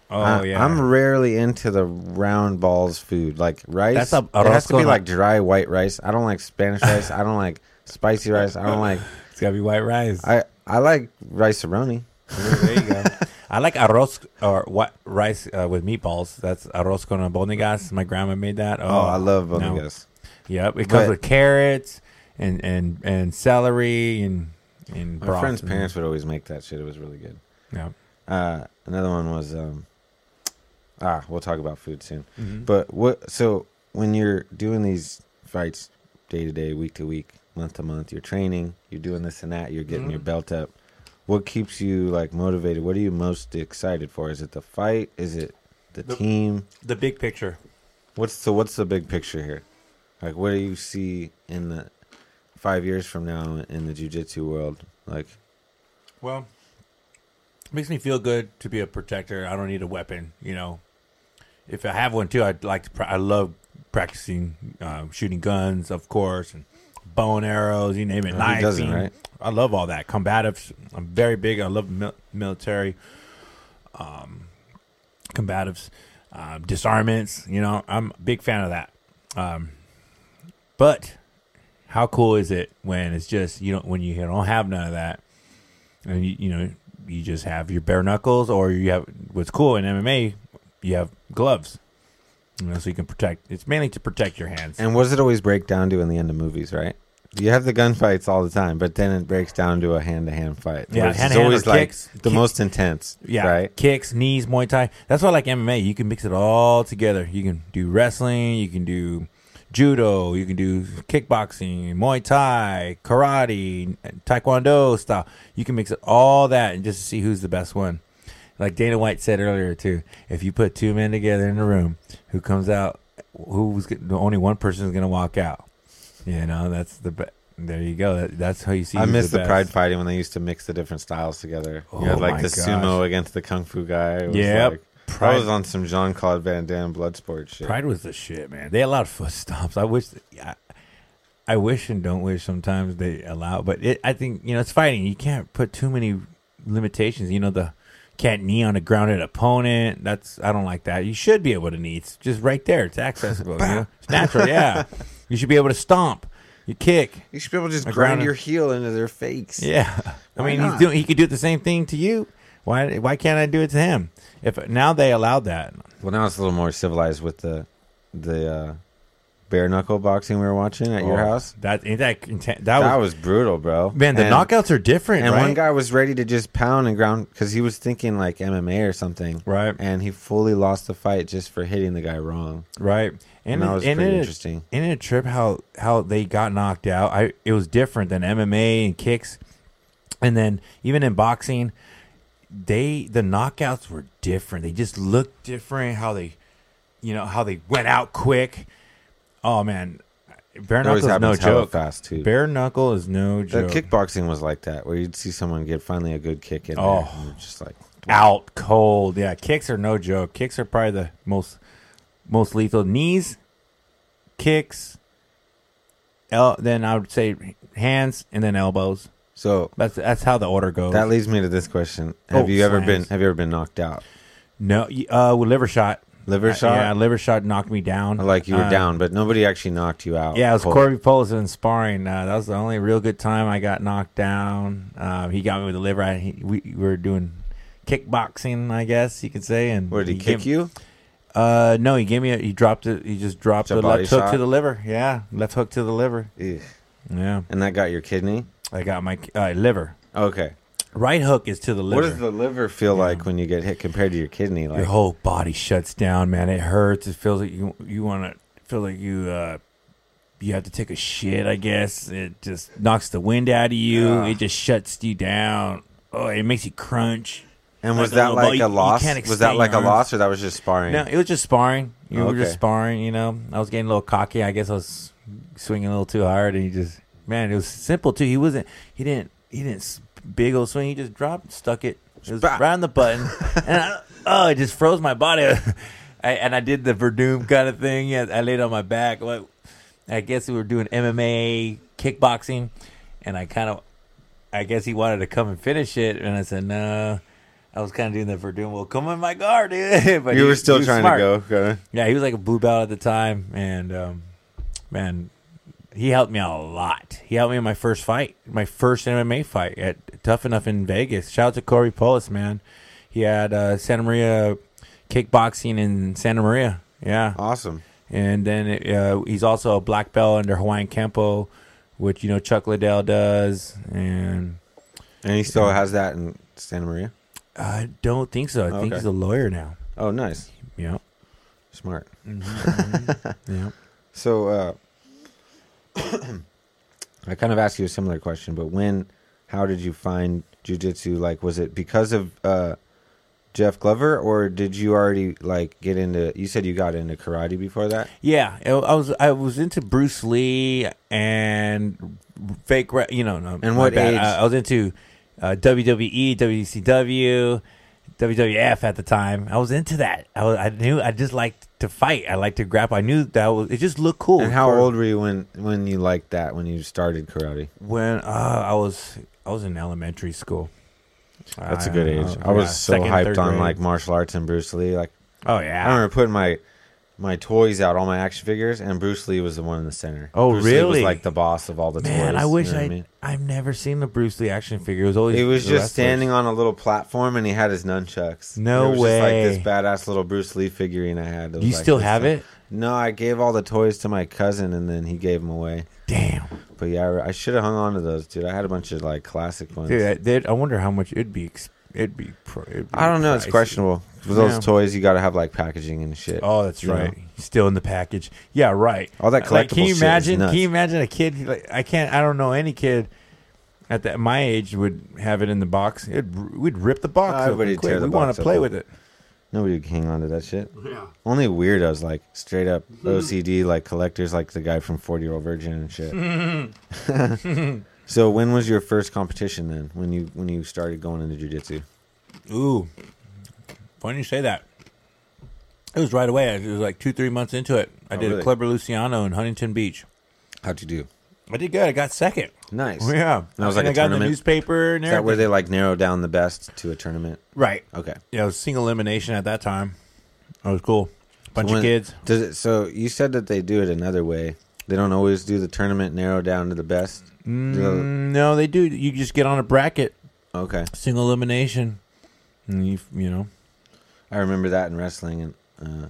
B: Oh
A: I,
B: yeah,
A: I'm rarely into the round balls food. Like rice,
B: That's a- a
A: it has to be
B: roscona.
A: like dry white rice. I don't like Spanish rice. I don't like spicy rice. I don't like.
B: it's gotta be white rice.
A: I I like rice aroni.
B: there you go. I like arroz or what rice uh, with meatballs. That's arroz con albóndigas. My grandma made that. Oh,
A: Oh, I love
B: no.
A: bondigas.
B: Yep, it comes
A: But-
B: with carrots and and and celery and and
A: My
B: broth
A: friend's
B: and-
A: parents would always make that shit. It was really good.
B: Yep.
A: Uh, another one was um, ah, we'll talk about food soon. But what? So when you're doing these fights, day to day, week to week, month to month, you're training, you're doing this and that, you're getting your
B: Mhm.
A: belt up. What keeps you like motivated? What are you most excited for? Is it the fight? Is it the,
B: The-
A: team?
B: the big picture.
A: What's so? What's the big picture here? Like, what do you see in the five years from now in the jujitsu world? Like,
B: Well, it makes me feel good to be a protector. I don't need a weapon, you know. If uh, I have one too, I'd like to. Pra- I love practicing um, shooting guns, of course, and bow and arrows, you name it.
A: Uh, Who
B: knives,
A: doesn't,
B: and-
A: right?
B: I love all that. Combatives. I'm very big. I love mil- military. Um, combatives, uh, disarmaments. You know, I'm a big fan of that. Um, but how cool is it when it's just you don't when you don't have none of that, and you, you know you just have your bare knuckles or you have what's cool in MMA you have gloves. You know, so you can protect. It's mainly to protect your hands.
A: And what does it always break down to in the end of movies, right? You have the gunfights all the time, but then it breaks down to a hand-to-hand fight.
B: Yeah,
A: which is
B: hand-to-hand or
A: always like
B: kicks.
A: the
B: Kick-
A: most intense.
B: Yeah,
A: right.
B: kicks, knees, Muay Thai. That's why I like MMA. You can mix it all together. You can do wrestling, you can do judo, you can do kickboxing, Muay Thai, karate, taekwondo style. You can mix it all that and just see who's the best one. Like Dana White said earlier too, if you put two men together in a room, who comes out? Who's get- only one person is going to walk out? You know, that's the be- there you go. That, that's how you see.
A: I
B: who's
A: miss the,
B: best.
A: pride fighting when they used to mix the different styles together.
B: Oh
A: you had like
B: my
A: the
B: gosh.
A: sumo against the kung fu guy. It was
B: Yep.
A: like- I
B: Pride-
A: was on some Jean Claude Van Damme Bloodsport shit.
B: Pride was the shit, man. They allowed foot stomps. I wish, I, I wish and don't wish sometimes they allow, but it, I think you know it's fighting. You can't put too many limitations. You know the can't knee on a grounded opponent. That's I don't like that. You should be able to knee. It's just right there. It's accessible. you know? It's natural. Yeah, you should be able to stomp. You kick.
A: You should be able to just
B: I
A: grind
B: grounded-
A: your heel into their face.
B: Yeah, I
A: Why
B: mean,
A: not?
B: he's doing. He could do the same thing to you. Why? Why can't I do it to him? If now they allowed that,
A: Well, now it's a little more civilized with the the uh, bare knuckle boxing we were watching at your
B: Oh,
A: house.
B: that ain't that content.
A: That
B: That,
A: was,
B: was,
A: brutal, bro.
B: man. The
A: And-
B: knockouts are different,
A: And
B: right?
A: one guy was ready to just pound and ground because he was thinking like MMA or something,
B: Right,
A: and he fully lost the fight just for hitting the guy wrong.
B: right.
A: And,
B: And,
A: that was
B: and
A: pretty
B: it-
A: interesting.
B: in a trip how how they got knocked out i it was different than mma and kicks and then even in boxing they the knockouts were different they just looked different how they you know how they went out quick oh man bare
A: It always
B: knuckle is
A: happens
B: no
A: hella
B: joke
A: fast too.
B: bare knuckle is no
A: The
B: joke
A: kickboxing was like that, where you'd see someone get finally a good kick in
B: Oh.
A: there, and you're just like,
B: out cold yeah kicks are no joke kicks are probably the most most lethal knees kicks el- then i would say hands and then elbows
A: so.
B: That's that's how the order goes.
A: That leads me to this question: Have
B: Oh,
A: you ever been
B: slams.
A: Have you ever been knocked out?
B: no, y- uh, with liver shot. Uh,
A: Liver shot?
B: Yeah, liver shot knocked me down.
A: Like you were
B: Uh,
A: down, but nobody actually knocked you out.
B: Yeah, it was
A: cold.
B: Corby Poles in sparring. Uh, that was the only real good time I got knocked down. Uh, he got me with the liver. I, he, we, we were doing kickboxing, I guess you could say. And
A: Where did he, kick
B: gave-
A: you?
B: Uh, no, he gave me. A, he dropped it. He just dropped
A: It's a
B: the
A: body
B: left hook
A: shot?
B: to the liver. Yeah, left hook to the liver.
A: Ugh.
B: Yeah,
A: And that got your kidney.
B: I got my uh, liver.
A: Okay.
B: Right hook is to the liver.
A: What does the liver feel like when you get hit compared to your kidney? Like
B: your whole body shuts down, man. It hurts. It feels like you you want to feel like you uh you have to take a shit. I guess it just knocks the wind out of you.
A: Ugh.
B: It just shuts you down. Oh, it makes you crunch.
A: And
B: Like
A: was
B: a
A: that
B: little ball.
A: like
B: You-
A: a
B: you
A: loss?
B: can't
A: Was that
B: extend
A: like a
B: your arms.
A: loss, or that was just sparring?
B: No, it was just sparring. You were
A: Okay.
B: just sparring. You know, I was getting a little cocky. I guess I was swinging a little too hard, and he just man, it was simple too. He wasn't. He didn't. He didn't s- big old swing. He just dropped, stuck it. It was
A: Sprat.
B: right on the button, and I, oh, it just froze my body. I, and I did the Verdum kind of thing. Yeah, I laid on my back. Like, I guess we were doing MMA kickboxing, and I kind of, I guess he wanted to come and finish it, and I said no. I was kind of doing that for doing well. Come on my guard, dude. But
A: you
B: he-
A: were
B: he
A: still
B: was
A: trying
B: smart.
A: to go. Okay.
B: Yeah, he was like a blue belt at the time, and um, man, he helped me out a lot. He helped me in my first fight, my first MMA fight at Tough Enough in Vegas. Shout out to Corey Polis, man. He had uh, Santa Maria kickboxing in Santa Maria. Yeah,
A: Awesome.
B: and then uh, he's also a black belt under Hawaiian Kempo, which you know Chuck Liddell does, and
A: And he still
B: Yeah.
A: has that in Santa Maria.
B: I don't think so. I think
A: Okay.
B: he's a lawyer now.
A: Oh, nice,
B: Yeah.
A: smart.
B: yeah.
A: So, uh, I kind of asked you a similar question, but when, how did you find jujitsu? Like, was it because of uh, Jeff Glover, or did you already like get into? You said you got into karate before that.
B: Yeah, I I was I was into Bruce Lee and fake, re- you know. No,
A: And
B: my
A: what
B: bad.
A: age?
B: I, I was into uh, WWE, WCW, WWF at the time. I was into that. I, was, I knew I just liked to fight. I like to grapple. I knew that was. It just looked cool.
A: And how
B: For-
A: old were you when when you liked that when you started karate?
B: When uh, I was I was in elementary school.
A: That's
B: a
A: a good age. I was so hyped on like martial arts and Bruce Lee. Like
B: Oh
A: I
B: yeah.
A: remember putting my my toys out, all my action figures, and Bruce Lee was the one in the center.
B: Oh,
A: Bruce Lee was
B: really?
A: like the boss of all the toys.
B: Man, I
A: you
B: wish
A: know what
B: I
A: mean?
B: I've never seen the Bruce Lee action figure. It was always
A: It was
B: the
A: just
B: wrestlers.
A: standing on a little platform, and he had his nunchucks.
B: No
A: it was Just
B: way.
A: like this badass little Bruce Lee figurine I had. that was
B: You
A: like
B: still
A: this
B: have
A: thing.
B: it?
A: No, I gave all the toys to my cousin, and then he gave them away.
B: Damn.
A: But yeah, I, I should have hung on to those, dude. I had a bunch of like classic ones.
B: Dude, I, they'd- I wonder how much it'd be. ex- It'd be. Pro, it'd be
A: I don't know. It's
B: pricey.
A: questionable. With those
B: Yeah.
A: toys, you got to have like packaging and shit.
B: Oh, that's
A: You know?
B: right. Still in the package. Yeah, right.
A: All that
B: Like,
A: collectible
B: can you
A: shit is
B: imagine?
A: nuts.
B: Can you imagine a kid? Like, I can't. I don't know any kid at that my age would have it in the box. It we'd rip the box.
A: Oh,
B: open
A: everybody'd
B: quick.
A: tear the
B: we want
A: box
B: to play
A: open.
B: with it.
A: Nobody would hang on to that shit.
D: Yeah.
A: Only weirdos, like straight up OCD, like collectors, like the guy from 40 Year Old Virgin and shit. so, when was your first competition then? When you when you started going into jujitsu?
B: Ooh, funny you say that. It was right away. It was like two, three months into it. I
A: Oh,
B: did
A: really?
B: a Clubber Luciano in Huntington Beach.
A: How'd you do?
B: I did good. I got second.
A: Nice.
B: Yeah,
A: That was like
B: and
A: a
B: I got in the
A: tournament?
B: newspaper. And
A: Is that where
B: everything.
A: they like narrow down the best to a tournament?
B: right.
A: Okay.
B: Yeah, it was single elimination at that time. That was cool. Bunch
A: When-
B: of kids.
A: Does it, so you said that they do it another way. They don't always do the tournament narrow down to the best. Do
B: Mm, no, they do. You just get on a bracket,
A: the- okay.
B: single elimination, and you you know.
A: I remember that in wrestling, and uh,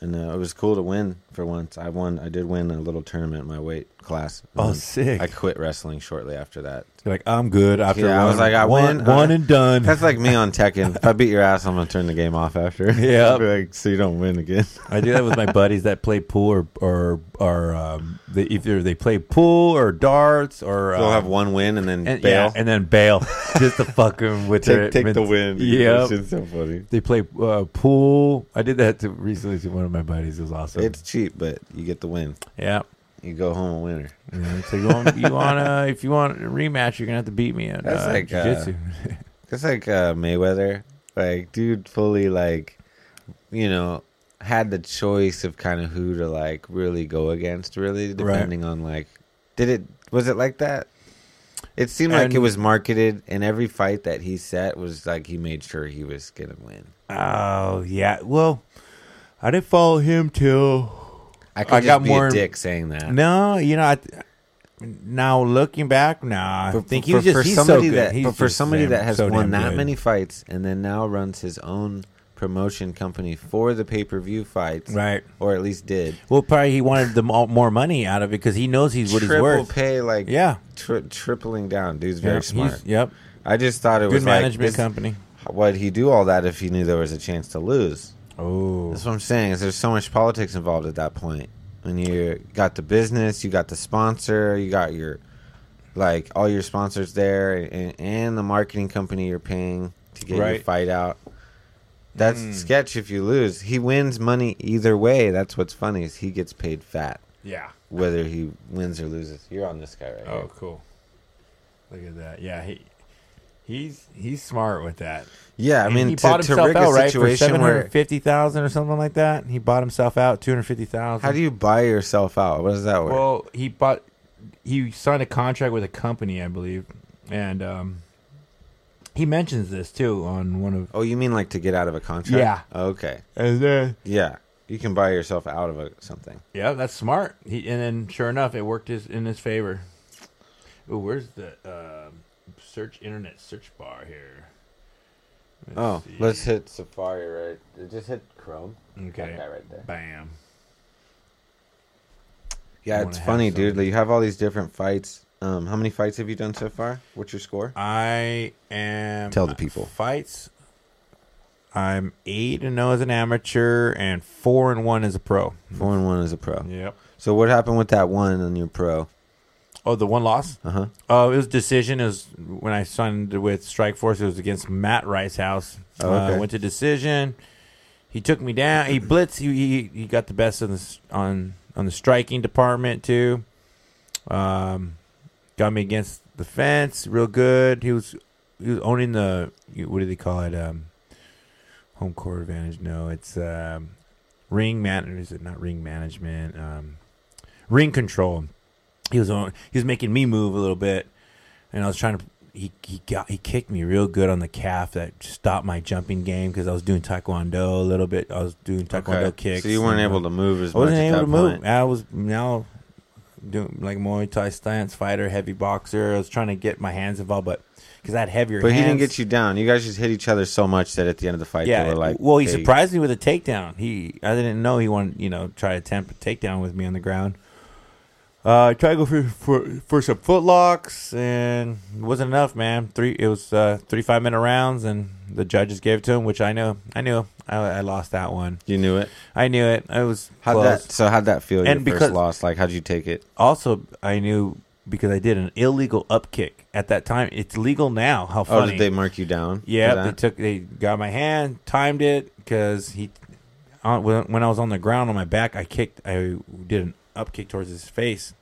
A: and uh, it was cool to win for once. I won. I did win a little tournament in my weight class. and
B: Oh,
A: then
B: sick!
A: Mm. I quit wrestling shortly after that.
B: You're like I'm good after.
A: Yeah, I
B: one,
A: was like, I
B: one,
A: win.
B: one and done.
A: That's like me on Tekken. if I beat your ass, I'm gonna turn the game off after.
B: Yep.
A: like, so you don't win again.
B: I do that with my buddies that play pool or or or um, they, either they play pool or darts or
A: You'll
B: um,
A: have one win and then
B: and,
A: bail.
B: yeah, and then bail just to fuck them with their
A: take take the
B: men-
A: win.
B: Yeah,
A: it's so funny.
B: they play uh, pool. I did that to, recently to one of my buddies. It was awesome.
A: It's cheap, but you get the win.
B: yeah.
A: You go home a winner.
B: Yeah, so you want you want uh, if you want a rematch, you're gonna have to beat me at
A: That's
B: uh,
A: like, uh,
B: jiu-jitsu.
A: It's like uh, Mayweather. Like, dude, fully like, you know, had the choice of kind of who to like really go against. Really, depending on like, did it was it like that? It seemed like it
B: And-
A: was marketed, and every fight that he set was like he made sure he was gonna win.
B: Oh yeah. Well, I didn't follow him till
A: I could
B: I
A: just
B: got
A: be
B: more-
A: a dick saying that.
B: no. You know, I, now looking back, nah. I think he's just he's
A: somebody
B: so good.
A: that,
B: He's
A: but for
B: just
A: somebody
B: damn-
A: that has
B: so
A: won
B: damn
A: that
B: good.
A: many fights and then now runs his own promotion company for the pay per view fights,
B: right?
A: or at least did.
B: Well, probably he wanted the mo- more money out of it because he knows he's what
A: triple
B: he's worth.
A: pay, like
B: Yeah,
A: tri- tripling down. Dude's very
B: Yeah, he's-
A: smart.
B: Yep,
A: I just thought it
B: good
A: was
B: management
A: Like,
B: company.
A: is- why'd he do all that if he knew there was a chance to lose?
B: Oh,
A: That's what I'm saying. Is there's so much politics involved at that point? When you got the business, you got the sponsor, you got your like all your sponsors there, and, and the marketing company you're paying to get your
B: Right. Hmm.
A: fight out. That's sketch if you lose. He wins money either way. That's what's funny is he gets paid fat
B: yeah.
A: whether he wins or loses. You're on this guy right here.
B: Oh, cool. Look at that. Yeah, he he's he's smart with that.
A: Yeah, I
B: And
A: mean,
B: he
A: to,
B: bought
A: to
B: himself
A: rig
B: out,
A: a
B: right,
A: situation
B: for
A: where
B: 750,000 or something like that. He bought himself out 250,000.
A: how do you buy yourself out? What does that work?
B: Well, he bought he signed a contract with a company, I believe. And um he mentions this too on one of
A: oh, you mean like to get out of a contract?
B: Yeah.
A: Okay.
B: And then
A: Yeah, you can buy yourself out of a, something.
B: Yeah, that's smart. He and then sure enough, it worked his, in his favor. Ooh, where's the uh, search internet search bar here? Let's
A: oh,
B: see.
A: let's hit Safari right. Just hit Chrome.
B: Okay.
A: That guy right there.
B: Bam.
A: Yeah,
B: wanna
A: it's
B: have
A: funny,
B: some.
A: dude. Like, you have all these different fights. Um, how many fights have you done so far? What's your score?
B: I am
A: Tell the people.
B: fights. I'm eight and zero as an amateur, and four and one as a pro.
A: Four and one as a pro.
B: Yep.
A: So what happened with that one on your pro?
B: Oh, the one loss.
A: Uh huh.
B: Oh, it was decision. It was when I signed with Strike Force. It was against Matt Ricehouse.
A: Oh, okay.
B: uh, went to decision. He took me down. He blitzed. He he, he got the best on the s- on on the striking department too. Um, got me against the fence, real good. He was he was owning the what do they call it? Um, home court advantage. No, it's um, ring man is it not ring management um, ring control he was on he was making me move a little bit and i was trying to he, he got he kicked me real good on the calf that stopped my jumping game because i was doing taekwondo a little bit i was doing taekwondo kicks
A: So you weren't
B: and, uh,
A: able to move as
B: i
A: much.
B: wasn't
A: at
B: able
A: that
B: to move
A: point.
B: i was now doing like muay thai stance fighter heavy boxer i was trying to get my hands involved but because i had heavier
A: But he
B: hands
A: didn't get you down. You guys just hit each other so much that at the end of the fight, they were like,
B: well, he
A: "Hey."
B: surprised me with a takedown. He, I didn't know he wanted, you know, try to attempt a takedown with me on the ground. Uh, I tried to go for for, for some footlocks, and it wasn't enough, man. Three, it was uh, three five minute rounds, and the judges gave it to him, which I knew, I knew, I, I lost that one.
A: You knew it.
B: I knew it. I was
A: How'd
B: close.
A: that? So how'd that feel? Your
B: And because-
A: first loss. Like, how'd you take it?
B: Also, I knew because I did an illegal up kick at that time. It's legal now. How
A: Oh,
B: funny?
A: did they mark you down? for
B: Yeah, they
A: that?
B: took they got my hand, timed it because he on, when when I was on the ground on my back, I kicked, I did an up kick towards his face,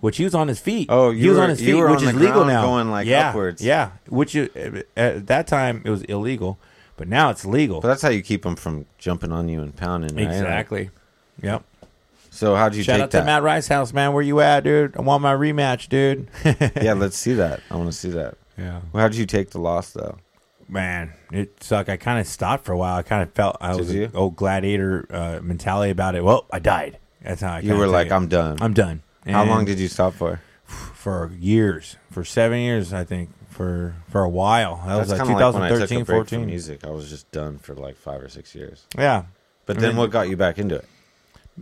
B: which he was on his feet.
A: Oh,
B: he
A: you
B: was
A: were-
B: on his
A: you
B: feet,
A: were
B: which
A: on
B: is
A: the
B: legal
A: ground
B: now.
A: going, like,
B: yeah,
A: upwards.
B: Yeah, which you, at that time it was illegal, but now it's legal.
A: But that's how you keep them from jumping on you and pounding. Right? Like,
B: exactly. Yep.
A: so how'd you
B: Shout
A: take
B: out
A: that?
B: to Matt Rice House, man. Where you at, dude? I want my rematch, dude.
A: yeah, let's see that. I want to see that.
B: yeah.
A: Well, how'd you take the loss though?
B: man, it sucked. I kind of stopped for a while. I kind of felt I
A: Did
B: was
A: you?
B: an old gladiator uh, mentality about it. Well, I died. That's how I.
A: You
B: kinda
A: were
B: took
A: like,
B: it.
A: "I'm done."
B: I'm done.
A: how long
B: And
A: did you stop for?
B: for years? For seven years, I think. For for a while, that was like
A: kinda like when I took a
B: 2013,
A: break from
B: 14.
A: music. I was just done for like five or six years.
B: Yeah,
A: But
B: I
A: then,
B: mean-
A: what got you back into it?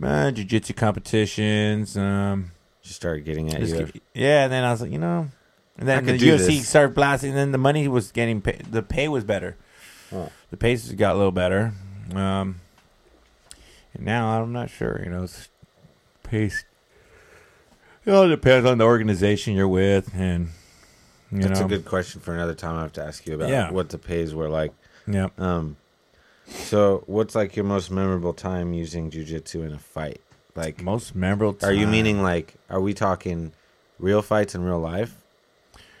B: uh, jiu-jitsu competitions. Um,
A: Just started getting at
B: just
A: you.
B: keep- yeah, and then I was like, you know, and then the
A: could do
B: UFC
A: this.
B: started blasting. And then the money was getting pay- the pay was better.
A: Huh.
B: The pace got a little better. Um, and now I'm not sure. You know, it's pace. It all depends on the organization you're with, and you
A: That's
B: know,
A: a good question for another time. I have to ask you about
B: Yeah.
A: what the pays were like.
B: yeah.
A: Um, so what's like your most memorable time using jujitsu in a fight? Like,
B: Most memorable.
A: are you
B: time.
A: meaning like, are we talking real fights in real life,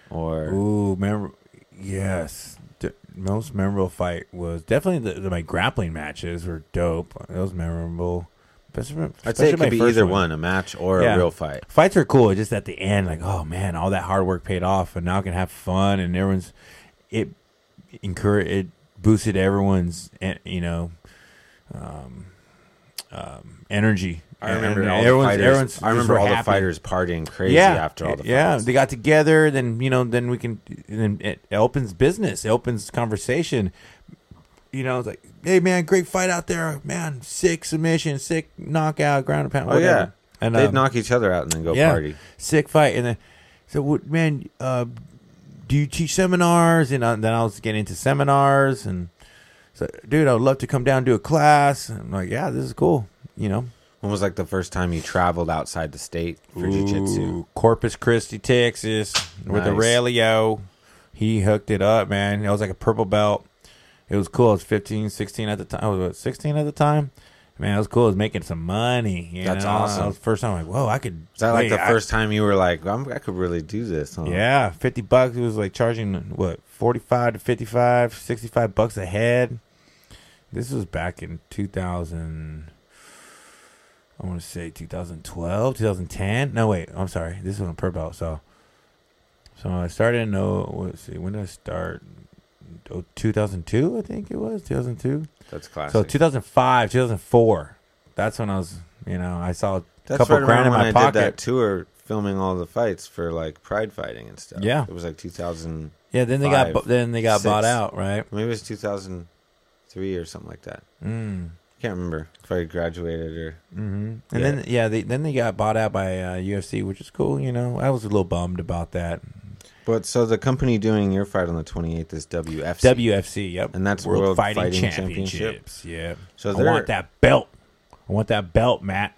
A: or
B: Ooh, memor- yes. D- most memorable fight was definitely the, the, my grappling matches were dope. That was memorable. Best-
A: I'd say
B: especially
A: it
B: my
A: could be
B: first
A: either one. a match or
B: Yeah.
A: a real fight.
B: Fights are cool. Just at the end, like, oh man, all that hard work paid off, and now I can have fun, and everyone's it encourage it boosted everyone's eh, you know um, um, energy.
A: I remember
B: And
A: all
B: everyone's-
A: the fighters.
B: everyone's
A: I
B: just
A: remember
B: were
A: all the
B: happy.
A: fighters partying crazy after all the fights.
B: Yeah, they got together. Then you know, then we can. Then it opens business. It opens conversation. You know, it's like, hey man, great fight out there, man. Sick submission, sick knockout, ground and pound.
A: Oh, yeah.
B: whatever. and
A: They'd
B: um,
A: knock each other out and then go
B: yeah.
A: party.
B: sick fight. And then, so what, man? Uh, do you teach seminars? And uh, then I was getting into seminars, and so, dude, I'd love to come down and do a class. And I'm like, yeah, this is cool. You know,
A: When was like the first time you traveled outside the state for jujitsu?
B: Ooh, Corpus Christi, Texas, with
A: Nice.
B: Aurelio. He hooked it up, man. It was like a purple belt. It was cool. I was 15, 16 at the time. I was what, 16 at the time. Man, it was cool. I was making some money. you
A: That's
B: know?
A: awesome.
B: That was the first time. I'm like, whoa, I could.
A: Is that like
B: wait,
A: the
B: I-
A: first time you were like, I'm, I could really do this? Huh?
B: yeah, 50 bucks. It was like charging, what, 45 to 55, 65 bucks a head. This was back in 2000. I want to say 2012, 2010. No, wait. I'm sorry. This was on Purple. So, so I started in, oh, let's see, when did I start? Oh, 2002, I think it was. 2002.
A: That's classic.
B: So 2005, 2004. That's when I was, you know, I saw a
A: That's
B: couple
A: right
B: grand
A: around
B: in
A: when
B: my
A: I
B: pocket.
A: did that tour filming all the fights for like pride fighting and stuff.
B: Yeah.
A: It was like 2000,
B: Yeah, then they
A: Five,
B: got bu- then they got bought
A: six.
B: out, right?
A: maybe it was 2003 or something like that.
B: Mm.
A: Can't remember if I graduated or.
B: hmm And
A: Yeah.
B: then yeah, they then they got bought out by uh, UFC, which is cool. You know, I was a little bummed about that.
A: But so the company doing your fight on the 28th is WFC.
B: WFC, yep,
A: And that's World Fighting Championships.
B: Yeah,
A: So
B: I
A: they're-
B: want that belt. I want that belt, Matt.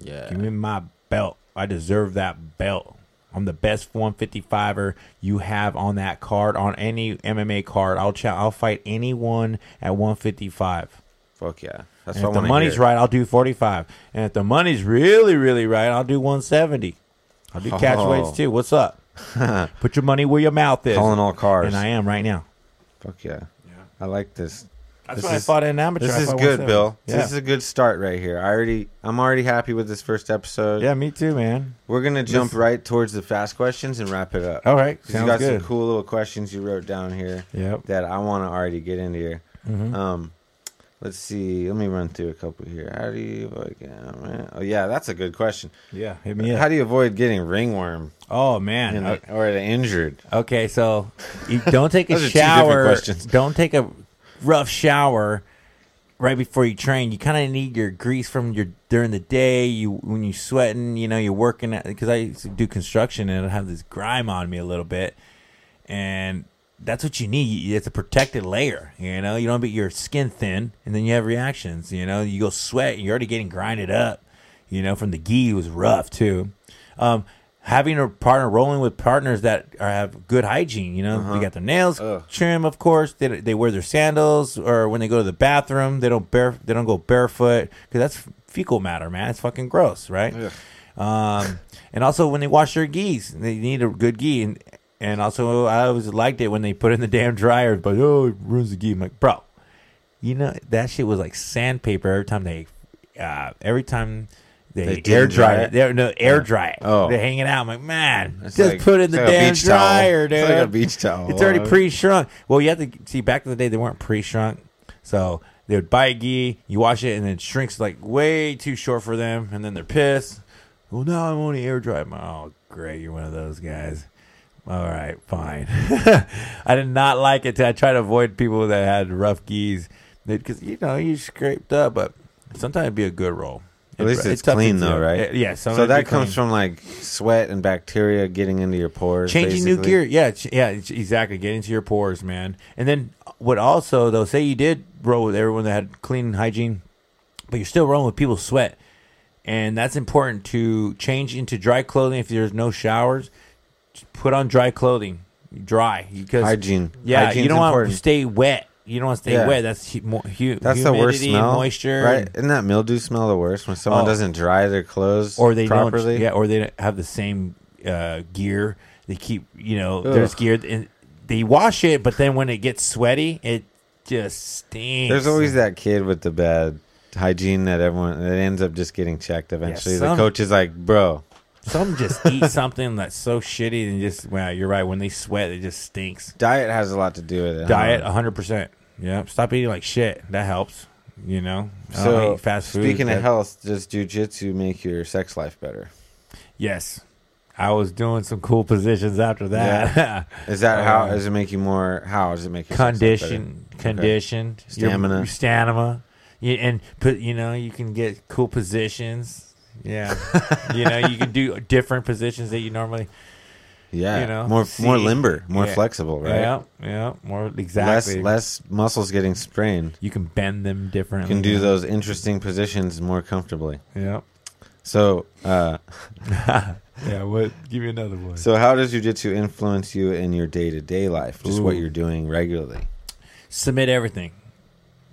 A: Yeah.
B: Give me my belt. I deserve that belt. I'm the best 155er you have on that card, on any MMA card. I'll ch- I'll fight anyone at 155.
A: Fuck yeah. That's
B: And
A: what I
B: if the
A: wanna
B: money's
A: hear.
B: right, I'll do 45. And if the money's really, really right, I'll do 170. I'll do catch
A: Oh.
B: weights too. What's up? Put your money where your mouth is.
A: Calling all cars.
B: And I am right now.
A: Fuck yeah. I like this.
B: That's
A: This
B: what
A: is-
B: I fought in amateur.
A: This
B: I
A: is
B: fought
A: good,
B: 170.
A: Bill.
B: Yeah.
A: This is a good start right here. I already, I'm already happy with this first episode.
B: yeah, me too, man.
A: We're gonna jump
B: This- Oh,
A: right towards the fast questions and wrap it up.
B: All right,
A: 'Cause you
B: sounds
A: got
B: good.
A: some cool little questions you wrote down here
B: Yep.
A: that I want to already get into here.
B: Mhm.
A: Um, let's see. Let me run through a couple here. How do you avoid? getting- Oh yeah, that's a good question.
B: Yeah, hit me up.
A: How do you avoid getting ringworm
B: Oh man,
A: and, or injured?
B: Okay, so you don't take a
A: Those are two different
B: shower.
A: questions.
B: Don't take a rough shower right before you train. You kind of need your grease from your during the day. You when you're sweating, you know, you're working because I used to do construction and I have this grime on me a little bit, and that's what you need. You- It's a protected layer, you know. You don't be your skin thin, and then you have reactions. You know, you go sweat, and you're already getting grinded up. You know, from the gi was rough too. Um, having a partner, rolling with partners that are, have good hygiene. You know, they got their nails
A: Ugh.
B: trim, of course. They, they wear their sandals, or when they go to the bathroom, they don't bare they don't go barefoot because that's fecal matter, man. It's fucking gross, right?
A: Ugh.
B: Um, and also when they wash their geese, they need a good gi. And, and also, I always liked it when they put it in the damn dryer, but oh, it ruins the gi. I'm like, bro, you know that shit was like sandpaper every time they, uh, every time
A: They
B: they,
A: didn't
B: air
A: dry
B: dry
A: it?
B: it. They, no, air dry it.
A: Oh.
B: They hang it out. I'm like, man,
A: It's
B: just
A: like-
B: put it in
A: it's
B: the
A: like a
B: damn
A: beach towel.
B: dryer, dude.
A: It's like a beach towel.
B: It's already pre shrunk. Well, you have to see back in the day they weren't pre shrunk, so they would buy a gi, you wash it, and then it shrinks like way too short for them, and then they're pissed. Well, now I'm only air dry. Oh, great, you're one of those guys. All right, fine. I did not like it. I tried to avoid people that had rough gis because you know you scraped up, but sometimes it'd be a good roll.
A: At least
B: It-
A: it's
B: toughens
A: clean, though,
B: you.
A: right?
B: It- yeah.
A: So that comes from like sweat and bacteria getting into your pores.
B: changing new
A: basically.
B: gear. Yeah, ch- yeah, it's- exactly. Get into your pores, man. And then what? Also, though, say you did roll with everyone that had clean hygiene, but you're still rolling with people's sweat, and that's important to change into dry clothing if there's no showers. Just Put on dry clothing, dry because
A: Hygiene.
B: yeah,
A: Hygiene's
B: you don't want
A: important.
B: to stay wet. You don't want to stay
A: Yeah.
B: wet. That's hu- mo- hu-
A: That's the worst
B: humidity and
A: smell.
B: moisture,
A: right? Isn't that mildew smell the worst when someone
B: Oh.
A: doesn't dry their clothes
B: or they
A: properly?
B: don't yeah or they don't have the same uh, gear they keep you know
A: Ugh.
B: there's gear and they wash it but then when it gets sweaty it just stinks
A: There's always that kid with the bad hygiene that everyone that ends up just getting checked eventually. the
B: some-
A: coach is like, "Bro,
B: some just eat something that's so shitty and just wow you're right when they sweat it just stinks
A: diet has a lot to do with it." huh?"
B: diet 100% yeah stop eating like shit that helps you know I don't
A: So
B: eat fast food
A: speaking
B: but-
A: of health, does jujitsu make your sex life better?
B: yes I was doing some cool positions after that.
A: Is that how?
B: Uh,
A: Does it make you more? How does it make your
B: condition, conditioned, your-
A: Stamina.
B: your stamina, you, and put you know you can get cool positions. Yeah, you know you can do different positions that you normally.
A: Sex better? Yeah,
B: you know,
A: more more
B: see-
A: limber, more
B: yeah.
A: flexible, right?
B: Yeah, yeah, more exactly.
A: Less less muscles getting sprained.
B: You can bend them
A: You
B: differently.
A: can do those interesting positions more comfortably.
B: Yeah,
A: So, uh,
B: yeah. What? Give me another one.
A: so how does jujitsu influence you in your day to day life? Just what
B: Ooh.
A: you're doing regularly.
B: submit everything.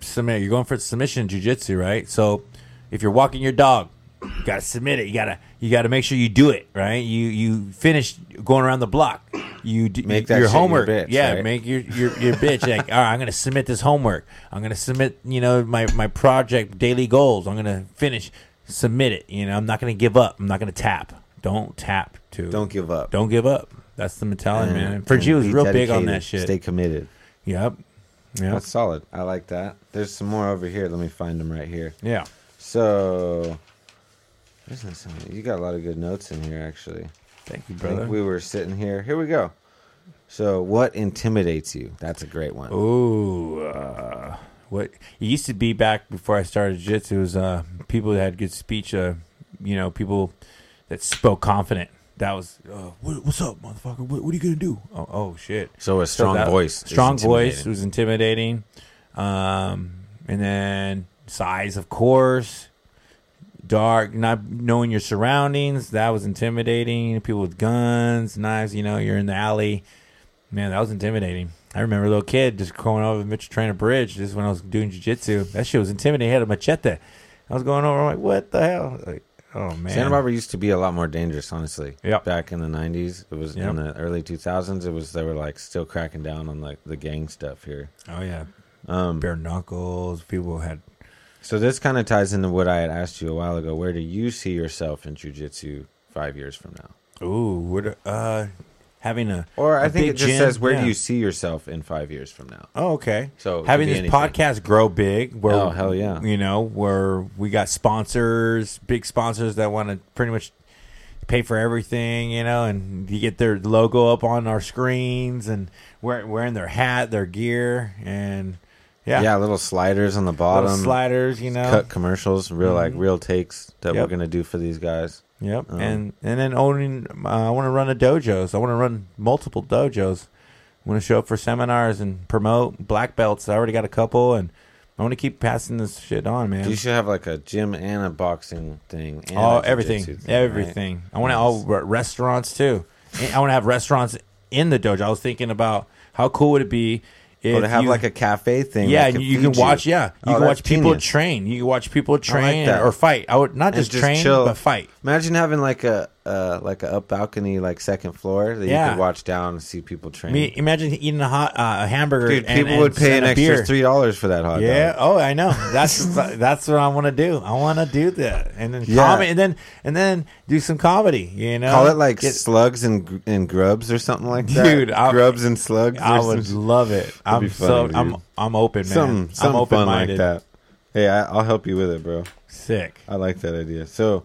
B: Submit. You're going for submission in jujitsu, right? So if you're walking your dog, you gotta submit it. You gotta you gotta make sure you do it right. You you finish going around the block. You do,
A: Make that
B: your
A: shit your
B: homework.
A: bitch,
B: yeah,
A: right?
B: make your your, your bitch. Like, all right, I'm gonna submit this homework. I'm gonna submit you know my my project daily goals. I'm gonna finish. Submit it. You know, I'm not gonna give up. I'm not gonna tap. Don't tap. To
A: Don't give up.
B: don't give up. That's the mentality,
A: And-
B: man. For
A: and
B: G was
A: be
B: real big on
A: dedicated.
B: that shit.
A: Stay committed.
B: Yep. Yep.
A: That's solid. I like that. There's some more over here. Let me find them right here.
B: Yeah.
A: So, there's not so many. You got a lot of good notes in here, actually.
B: Thank you,
A: I think we were sitting here. Here we go. So, what intimidates you? That's a great one.
B: Ooh, uh, what it used to be back before I started jiu-jitsu was uh, people that had good speech. Uh, you know, people that spoke confident. That was uh, what, what's up, motherfucker. What, what are you gonna do? Oh, oh shit.
A: So, a
B: So
A: strong
B: that-
A: voice. is
B: Strong voice
A: intimidating.
B: was intimidating. Um, and then size, of course. Dark, not knowing your surroundings, that was intimidating. People with guns, knives, you know, you're in the alley. Man, that was intimidating. I remember a little kid just going over the Mitchell Trainer Bridge. This is when I was doing jiu-jitsu. That shit was intimidating. He had a machete. I was going over. I'm like, what the hell? Like, oh, man.
A: Santa Barbara used to be a lot more dangerous, honestly.
B: Yep.
A: Back in the '90s, it was
B: Yep.
A: in the early 2000s. It was they were like still cracking down on like the gang stuff here.
B: Oh, yeah.
A: Um,
B: bare knuckles. People had
A: so this kind of ties into what I had asked you a while ago. Where do you see yourself in jujitsu five years from now?
B: ooh, what a- uh, having a
A: Or I
B: a
A: think
B: big
A: it just
B: gym,
A: says where
B: yeah.
A: do you see yourself in five years from now?
B: Oh, okay.
A: So it
B: having
A: could
B: this
A: be anything.
B: podcast grow big, where
A: Oh, hell yeah.
B: you know where we got sponsors, big sponsors that want to pretty much pay for everything, you know, and you get their logo up on our screens and we're wearing their hat, their gear, and yeah,
A: Yeah, little sliders on the
B: little
A: bottom,
B: sliders, you know,
A: cut commercials, real like real takes that we're
B: Yep.
A: gonna do for these guys.
B: yep,
A: Um,
B: and and then owning. Uh, I want to run a dojo, so I want to run multiple dojos. I want to show up for seminars and promote black belts. I already got a couple, and I want to keep passing this shit on, man.
A: You should have like a gym and a boxing thing. And
B: Oh,
A: a
B: everything,
A: jujitsu thing,
B: everything. I want to all re- restaurants too. And I want to have restaurants in the dojo. I was thinking about how cool would it be
A: Right?
B: if
A: Or Oh, to have
B: you,
A: like a cafe thing.
B: yeah,
A: that
B: and
A: could
B: you
A: feed
B: can watch yeah,
A: Oh,
B: you can
A: that's
B: watch people
A: genius.
B: train. You can watch people train
A: that.
B: or fight. I would not just,
A: just
B: train
A: chill.
B: but fight.
A: Imagine having like a uh, like a up balcony, like second floor that you
B: Yeah.
A: could watch down and see people train.
B: I mean, imagine eating a hot uh, a hamburger.
A: Dude,
B: and-
A: people
B: and-
A: would pay
B: and
A: an
B: a
A: extra
B: beer.
A: three dollars for that hot
B: Yeah.
A: dog.
B: Oh, I know. That's that's what I want to do. I want to do that, and then
A: Yeah.
B: comedy, and then and then do some comedy. You know,
A: Call it like
B: uh, Get-
A: slugs and gr- and grubs or something like that.
B: Dude, I-
A: grubs and slugs. or
B: I would
A: some-
B: love it. I'm
A: be
B: so
A: funny,
B: I'm
A: dude.
B: I'm open, man.
A: some some
B: I'm open
A: fun like
B: minded.
A: that. Hey, I, I'll help you with it, bro.
B: Sick.
A: I like that idea. So,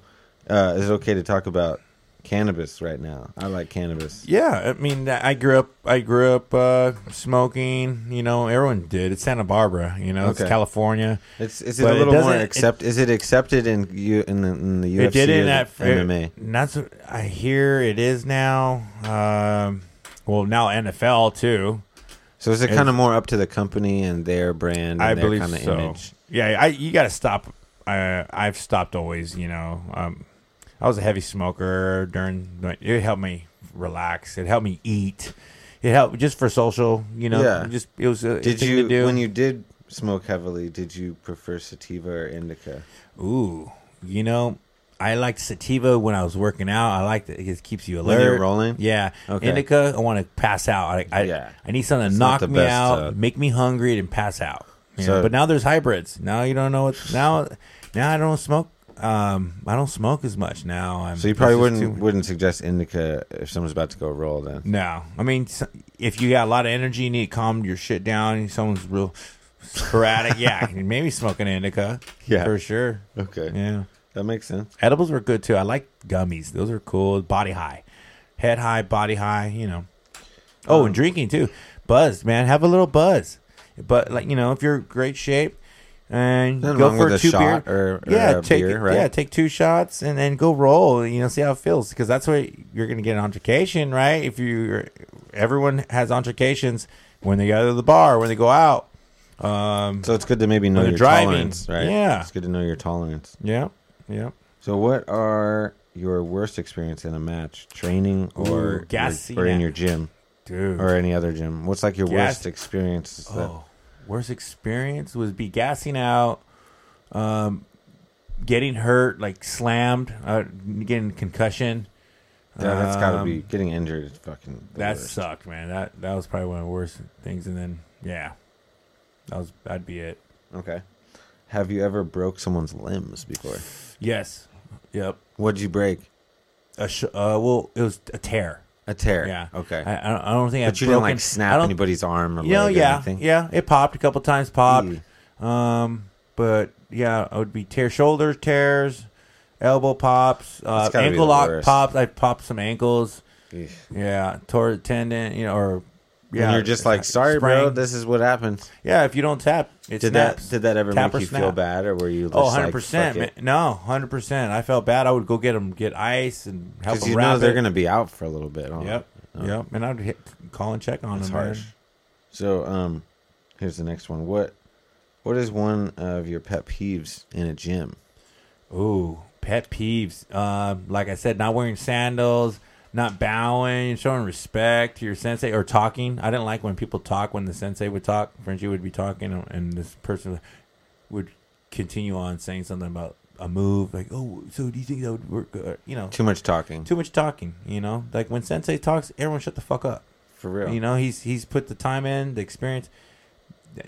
A: uh, is it okay to talk about cannabis right now? I like cannabis.
B: Yeah, I mean, I grew up. I grew up uh, smoking. You know, everyone did. It's Santa Barbara. You know,
A: Okay.
B: it's California.
A: It's is it
B: But
A: a
B: it
A: little more
B: doesn't- it-
A: accept? Is it accepted in you in the, in the UFC
B: it did
A: or
B: in
A: the
B: that
A: MMA?
B: and that's what I hear. It is now. Um, well, now NFL too.
A: So is it
B: It's-
A: kind of more up to the company and their brand? And
B: I
A: their
B: believe
A: kind of
B: so.
A: Image?
B: Yeah, I you got to stop. Uh, I've stopped always. You know, um, I was a heavy smoker during. the- It helped me relax. It helped me eat. It helped just for social. You know,
A: Yeah.
B: just it was. A
A: Did
B: thing
A: you
B: to do.
A: when you did smoke heavily? Did you prefer sativa or indica?
B: Ooh, you know, I liked sativa when I was working out. I liked it; it keeps you alert.
A: When you're rolling?
B: Yeah,
A: Okay.
B: indica. I want to pass out. I, I,
A: Yeah.
B: I need something to
A: It's not
B: knock
A: the
B: me
A: best,
B: out,
A: uh,
B: make me hungry, and pass out. You
A: So-
B: know? But now there's hybrids. Now you don't know what. Now, now I don't smoke. Um, I don't smoke as much now. I'm,
A: So you probably
B: it's just
A: wouldn't
B: too-
A: wouldn't suggest indica if someone's about to go roll. Then
B: no, I mean, s- if you got a lot of energy, you need to calm your shit down. and Someone's real sporadic. yeah, maybe smoking indica.
A: Yeah.
B: for sure.
A: okay,
B: Yeah.
A: that makes sense.
B: Edibles were good too. I like gummies; those are cool. Body high, head high, body high. You know. Oh,
A: Um,
B: and drinking too. Buzz, man, have a little buzz. But like you know, if you're in great shape and
A: Nothing
B: go
A: wrong
B: for
A: with a
B: two beer,
A: shot or- or
B: yeah,
A: a
B: take
A: beer, right?
B: yeah, take two shots and then go roll. You know, see how it feels because that's where you're going to get an altercation, right? If you, everyone has altercations when they go to the bar, when they go out. Um.
A: So it's good to maybe know your
B: When they're driving,
A: tolerance, right?
B: yeah.
A: it's good to know your tolerance.
B: Yeah. Yeah.
A: So what are your worst experience in a match, training or
B: Ooh, gassy
A: or in
B: match.
A: your gym
B: Dude.
A: or any other gym? What's like your
B: Gas-
A: worst experience? that-
B: Oh, worst experience was be gassing out, um, getting hurt, like slammed, uh, getting concussion.
A: yeah, that's got to
B: Um,
A: be getting injured. Is fucking the
B: That
A: worst.
B: sucked, man. That that was probably one of the worst things. And then yeah, that was that'd be it.
A: okay. Have you ever broke someone's limbs before?
B: Yes. Yep.
A: What'd you break?
B: A sh- uh, well, it was a tear.
A: A tear.
B: Yeah.
A: Okay.
B: I, I, don't, I don't think
A: but
B: I've
A: you
B: broken,
A: didn't like
B: I
A: snap
B: don't-
A: anybody's arm or
B: You know,
A: leg or
B: yeah,
A: anything.
B: yeah. It popped a couple times. Popped.
A: Hmm.
B: Um, but yeah, it would be tear shoulders, tears, elbow pops, uh,
A: That's gotta be
B: ankle
A: the
B: lock
A: worst.
B: pops. I popped some ankles.
A: Eesh.
B: Yeah, tore a tendon. You know, or yeah,
A: and you're just like, sorry, bro,
B: sprained."
A: this is what happens.
B: yeah, if you don't tap, it
A: Did
B: snaps.
A: that did that ever
B: Tap
A: make
B: or
A: you feel
B: snap.
A: bad, or were you? Just
B: Oh, 100
A: like,
B: percent. No, hundred percent. I felt bad. I would go get them, get ice, and help
A: Because
B: them
A: you
B: wrap
A: know they're
B: it.
A: gonna be out for a little bit. Huh?
B: Yep,
A: Oh.
B: yep. And I'd hit, call and check on
A: That's
B: them. man.
A: harsh. So, um, here's the next one. What what is one of your pet peeves in a gym?
B: Ooh, pet peeves. Um, like I said, not wearing sandals, not bowing, showing respect to your sensei, or talking. I didn't like when people talk when the sensei would talk. Frenchie would be talking, and- and this person would continue on saying something about a move, like, "Oh, so do you think that would work?" Or, you know,
A: Too much talking,
B: too much talking. You know, like when sensei talks, everyone shut the fuck up.
A: for real.
B: You know, he's he's put the time in, the experience.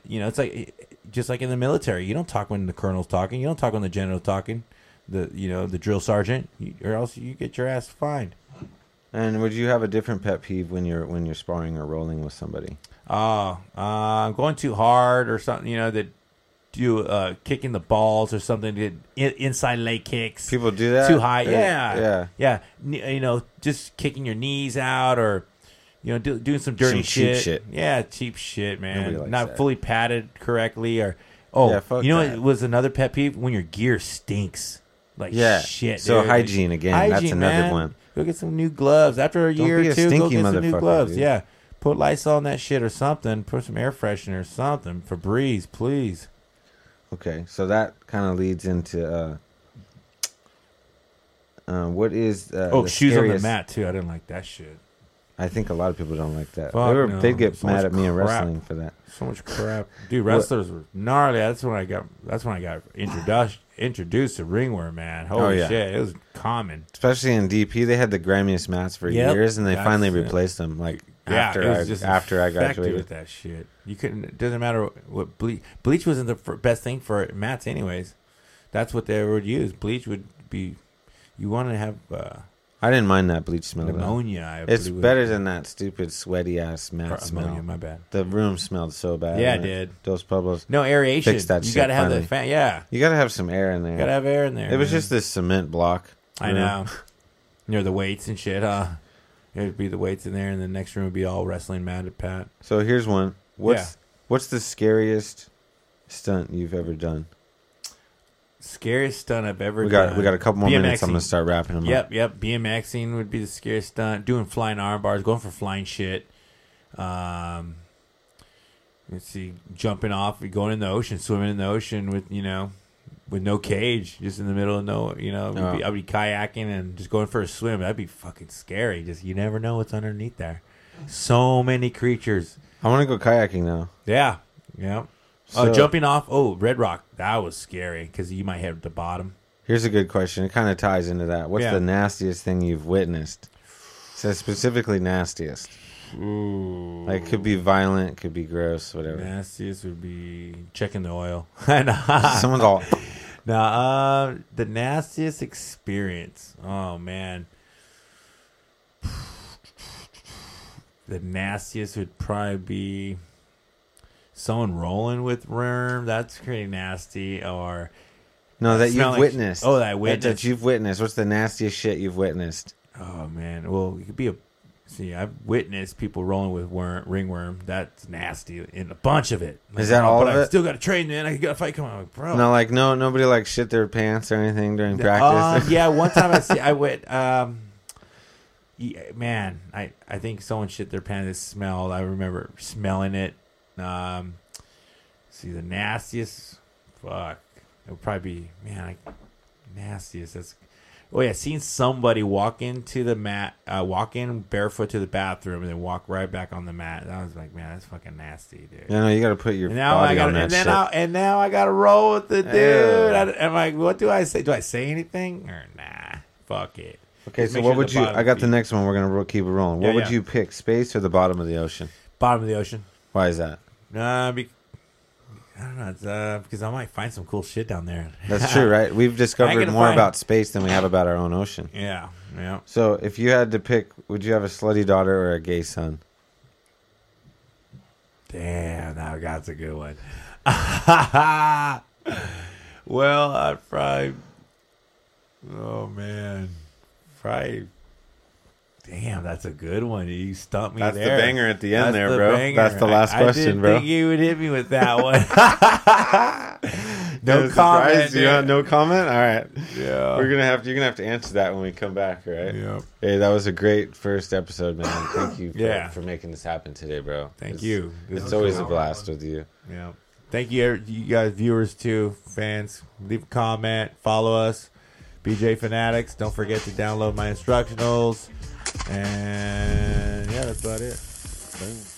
B: you know, it's like just like in the military, you don't talk when the colonel's talking, you don't talk when the general's talking, the you know the drill sergeant, you, or else you get your ass fined.
A: And would you have a different pet peeve when you're when you're sparring or rolling with somebody?
B: Oh, uh, I'm going too hard or something. You know that do uh, kicking the balls or something. Did in, inside leg kicks.
A: People do that
B: too high.
A: They-
B: Yeah,
A: yeah.
B: yeah. Kn- You know, just kicking your knees out or you know do, doing some dirty
A: Some cheap
B: shit.
A: shit.
B: Yeah, cheap shit,
A: Nobody
B: man.
A: likes
B: Not
A: that.
B: fully padded correctly or oh,
A: Yeah, fuck
B: you know
A: that.
B: what was another pet peeve when your gear stinks. Like
A: Yeah.
B: shit.
A: So
B: dude.
A: hygiene again, that's
B: Hygiene,
A: another
B: man.
A: one.
B: Go get some new gloves after a
A: Don't
B: year
A: be
B: or
A: a
B: two. Go
A: stinky
B: get some new
A: motherfucker,
B: gloves.
A: dude.
B: Yeah, put Lysol on that shit or something. Put some air freshener or something. Febreze, please.
A: Okay, so that kind of leads into uh, uh, what is uh,
B: oh,
A: the
B: shoes on the
A: scariest-
B: mat too. I didn't like that shit.
A: I think a lot of people don't like that.
B: Fuck
A: they were,
B: no.
A: they'd get
B: So
A: mad
B: much
A: at me in
B: crap.
A: wrestling for that.
B: So much crap, dude. Wrestlers were gnarly. That's when I got. That's when I got introduced introduced to ringworm, man. Holy
A: Oh, yeah.
B: shit, it was common.
A: Especially in DP, they had the grimiest mats for
B: Yep.
A: years, and they
B: That's
A: finally
B: it.
A: replaced them. Like
B: Yeah,
A: after
B: it was
A: I
B: just
A: after I
B: infected with
A: graduated,
B: that shit. You couldn't. It doesn't matter what bleach. Bleach wasn't the fir- best thing for mats, anyways. That's what they would use. Bleach would be. You want to have uh,
A: I didn't mind that bleach smell. though.
B: pneumonia. I
A: It's
B: believe was-
A: better than that stupid sweaty ass
B: or
A: mat
B: ammonia.
A: smell.
B: My bad.
A: The room smelled so bad.
B: Yeah, it
A: when
B: did.
A: Those Pueblos.
B: No aeration.
A: Fix that
B: you
A: shit
B: gotta have
A: finally.
B: the fan. Yeah,
A: You gotta have some air in there.
B: you gotta have air in there.
A: it was
B: man.
A: just this cement block.
B: I
A: room.
B: know. Near the weights and shit, huh? It'd be the weights in there, and the next room would be all wrestling mad at Pat.
A: So here's one. What's what's the scariest stunt you've ever done?
B: Scariest stunt I've ever
A: We got
B: done.
A: we got a couple more minutes. I'm
B: BMXing.
A: gonna start wrapping them up.
B: Yep, yep. BMXing would be the scariest stunt. Doing flying arm bars, going for flying shit. Um, let's see, jumping off, going in the ocean, swimming in the ocean with you know, with no cage, just in the middle of no, you know,
A: Oh.
B: I'd, be, I'd be kayaking and just going for a swim. That'd be fucking scary. Just you never know what's underneath there. So many creatures.
A: I want to go kayaking now.
B: Yeah, yeah.
A: So-
B: oh, jumping off. Oh, Red Rock. That was scary because you might hit the bottom.
A: Here's a good question. It kind of ties into that. What's
B: Yeah.
A: the nastiest thing you've witnessed? It says specifically nastiest.
B: Ooh.
A: Like it could be violent, could be gross, whatever.
B: Nastiest would be checking the oil. nah,
A: Someone's all
B: nah, uh, the nastiest experience. Oh man, the nastiest would probably be someone rolling with worm. That's pretty nasty. Or
A: no that you've
B: Smelling-
A: witnessed.
B: Oh, that I
A: That- That,
B: witnessed.
A: you've witnessed. What's the nastiest shit you've witnessed?
B: oh man, well it could be a. See, I've witnessed people rolling with worm, ringworm. That's nasty, and a bunch of it. oh,
A: Is that all
B: But
A: of
B: I
A: it?
B: still got to train, man. I got a fight coming. I'm like, bro,
A: No, like no, nobody like shit their pants or anything during
B: Um,
A: practice.
B: yeah, one time I see I went. Um, yeah, man, I I think someone shit their pants. It smelled. I remember smelling it. Um, see the nastiest. Fuck, it would probably be man. I, nastiest. That's. Oh yeah, seeing somebody walk into the mat, uh, walk in barefoot to the bathroom, and then walk right back on the mat. I was like, man, that's fucking nasty, dude.
A: Yeah, no, you got to put your
B: And now
A: body
B: I got
A: on
B: to
A: that
B: and then
A: shit.
B: I, and now I got to roll with the dude.
A: Ew.
B: I, am like, what do I say? Do I say anything or nah? Fuck it.
A: Okay,
B: Just
A: so
B: make
A: what
B: sure
A: would
B: the
A: you?
B: bottom
A: I got the
B: feet-
A: next one. We're gonna ro- keep it rolling. What
B: Yeah,
A: would
B: yeah.
A: you pick? Space or the bottom of the ocean?
B: bottom of the ocean.
A: Why is that?
B: Nah, be, I don't know. It's, uh, because I might find some cool shit down there.
A: That's true, right? We've discovered
B: gonna
A: more
B: find-
A: about space than we have about our own ocean.
B: yeah, yeah.
A: So, if you had to pick, would you have a slutty daughter or a gay son?
B: Damn, now that's a good one. well, I'd probably. Oh man, probably. Damn, that's a good one. You stumped me there.
A: at the
B: That's the banger.
A: That's the last
B: I, I
A: question,
B: did
A: bro.
B: Think you would hit me with that one. no comment.
A: You have
B: dude.
A: no comment. All right,
B: Yeah.
A: we're gonna have to, you're gonna have to answer that when we come back, all right?
B: Oh. yeah.
A: Hey, that was a great first episode, man. Thank you, for,
B: Yeah.
A: for making this happen today, bro.
B: Thank
A: It's-
B: you. This
A: It's
B: is
A: always a
B: cool.
A: blast with you.
B: Yeah. Thank you, every- you guys, viewers too, fans. Leave a comment, follow us, BJ Fanatics. Don't forget to download my instructionals, and yeah, that's about it. Boom.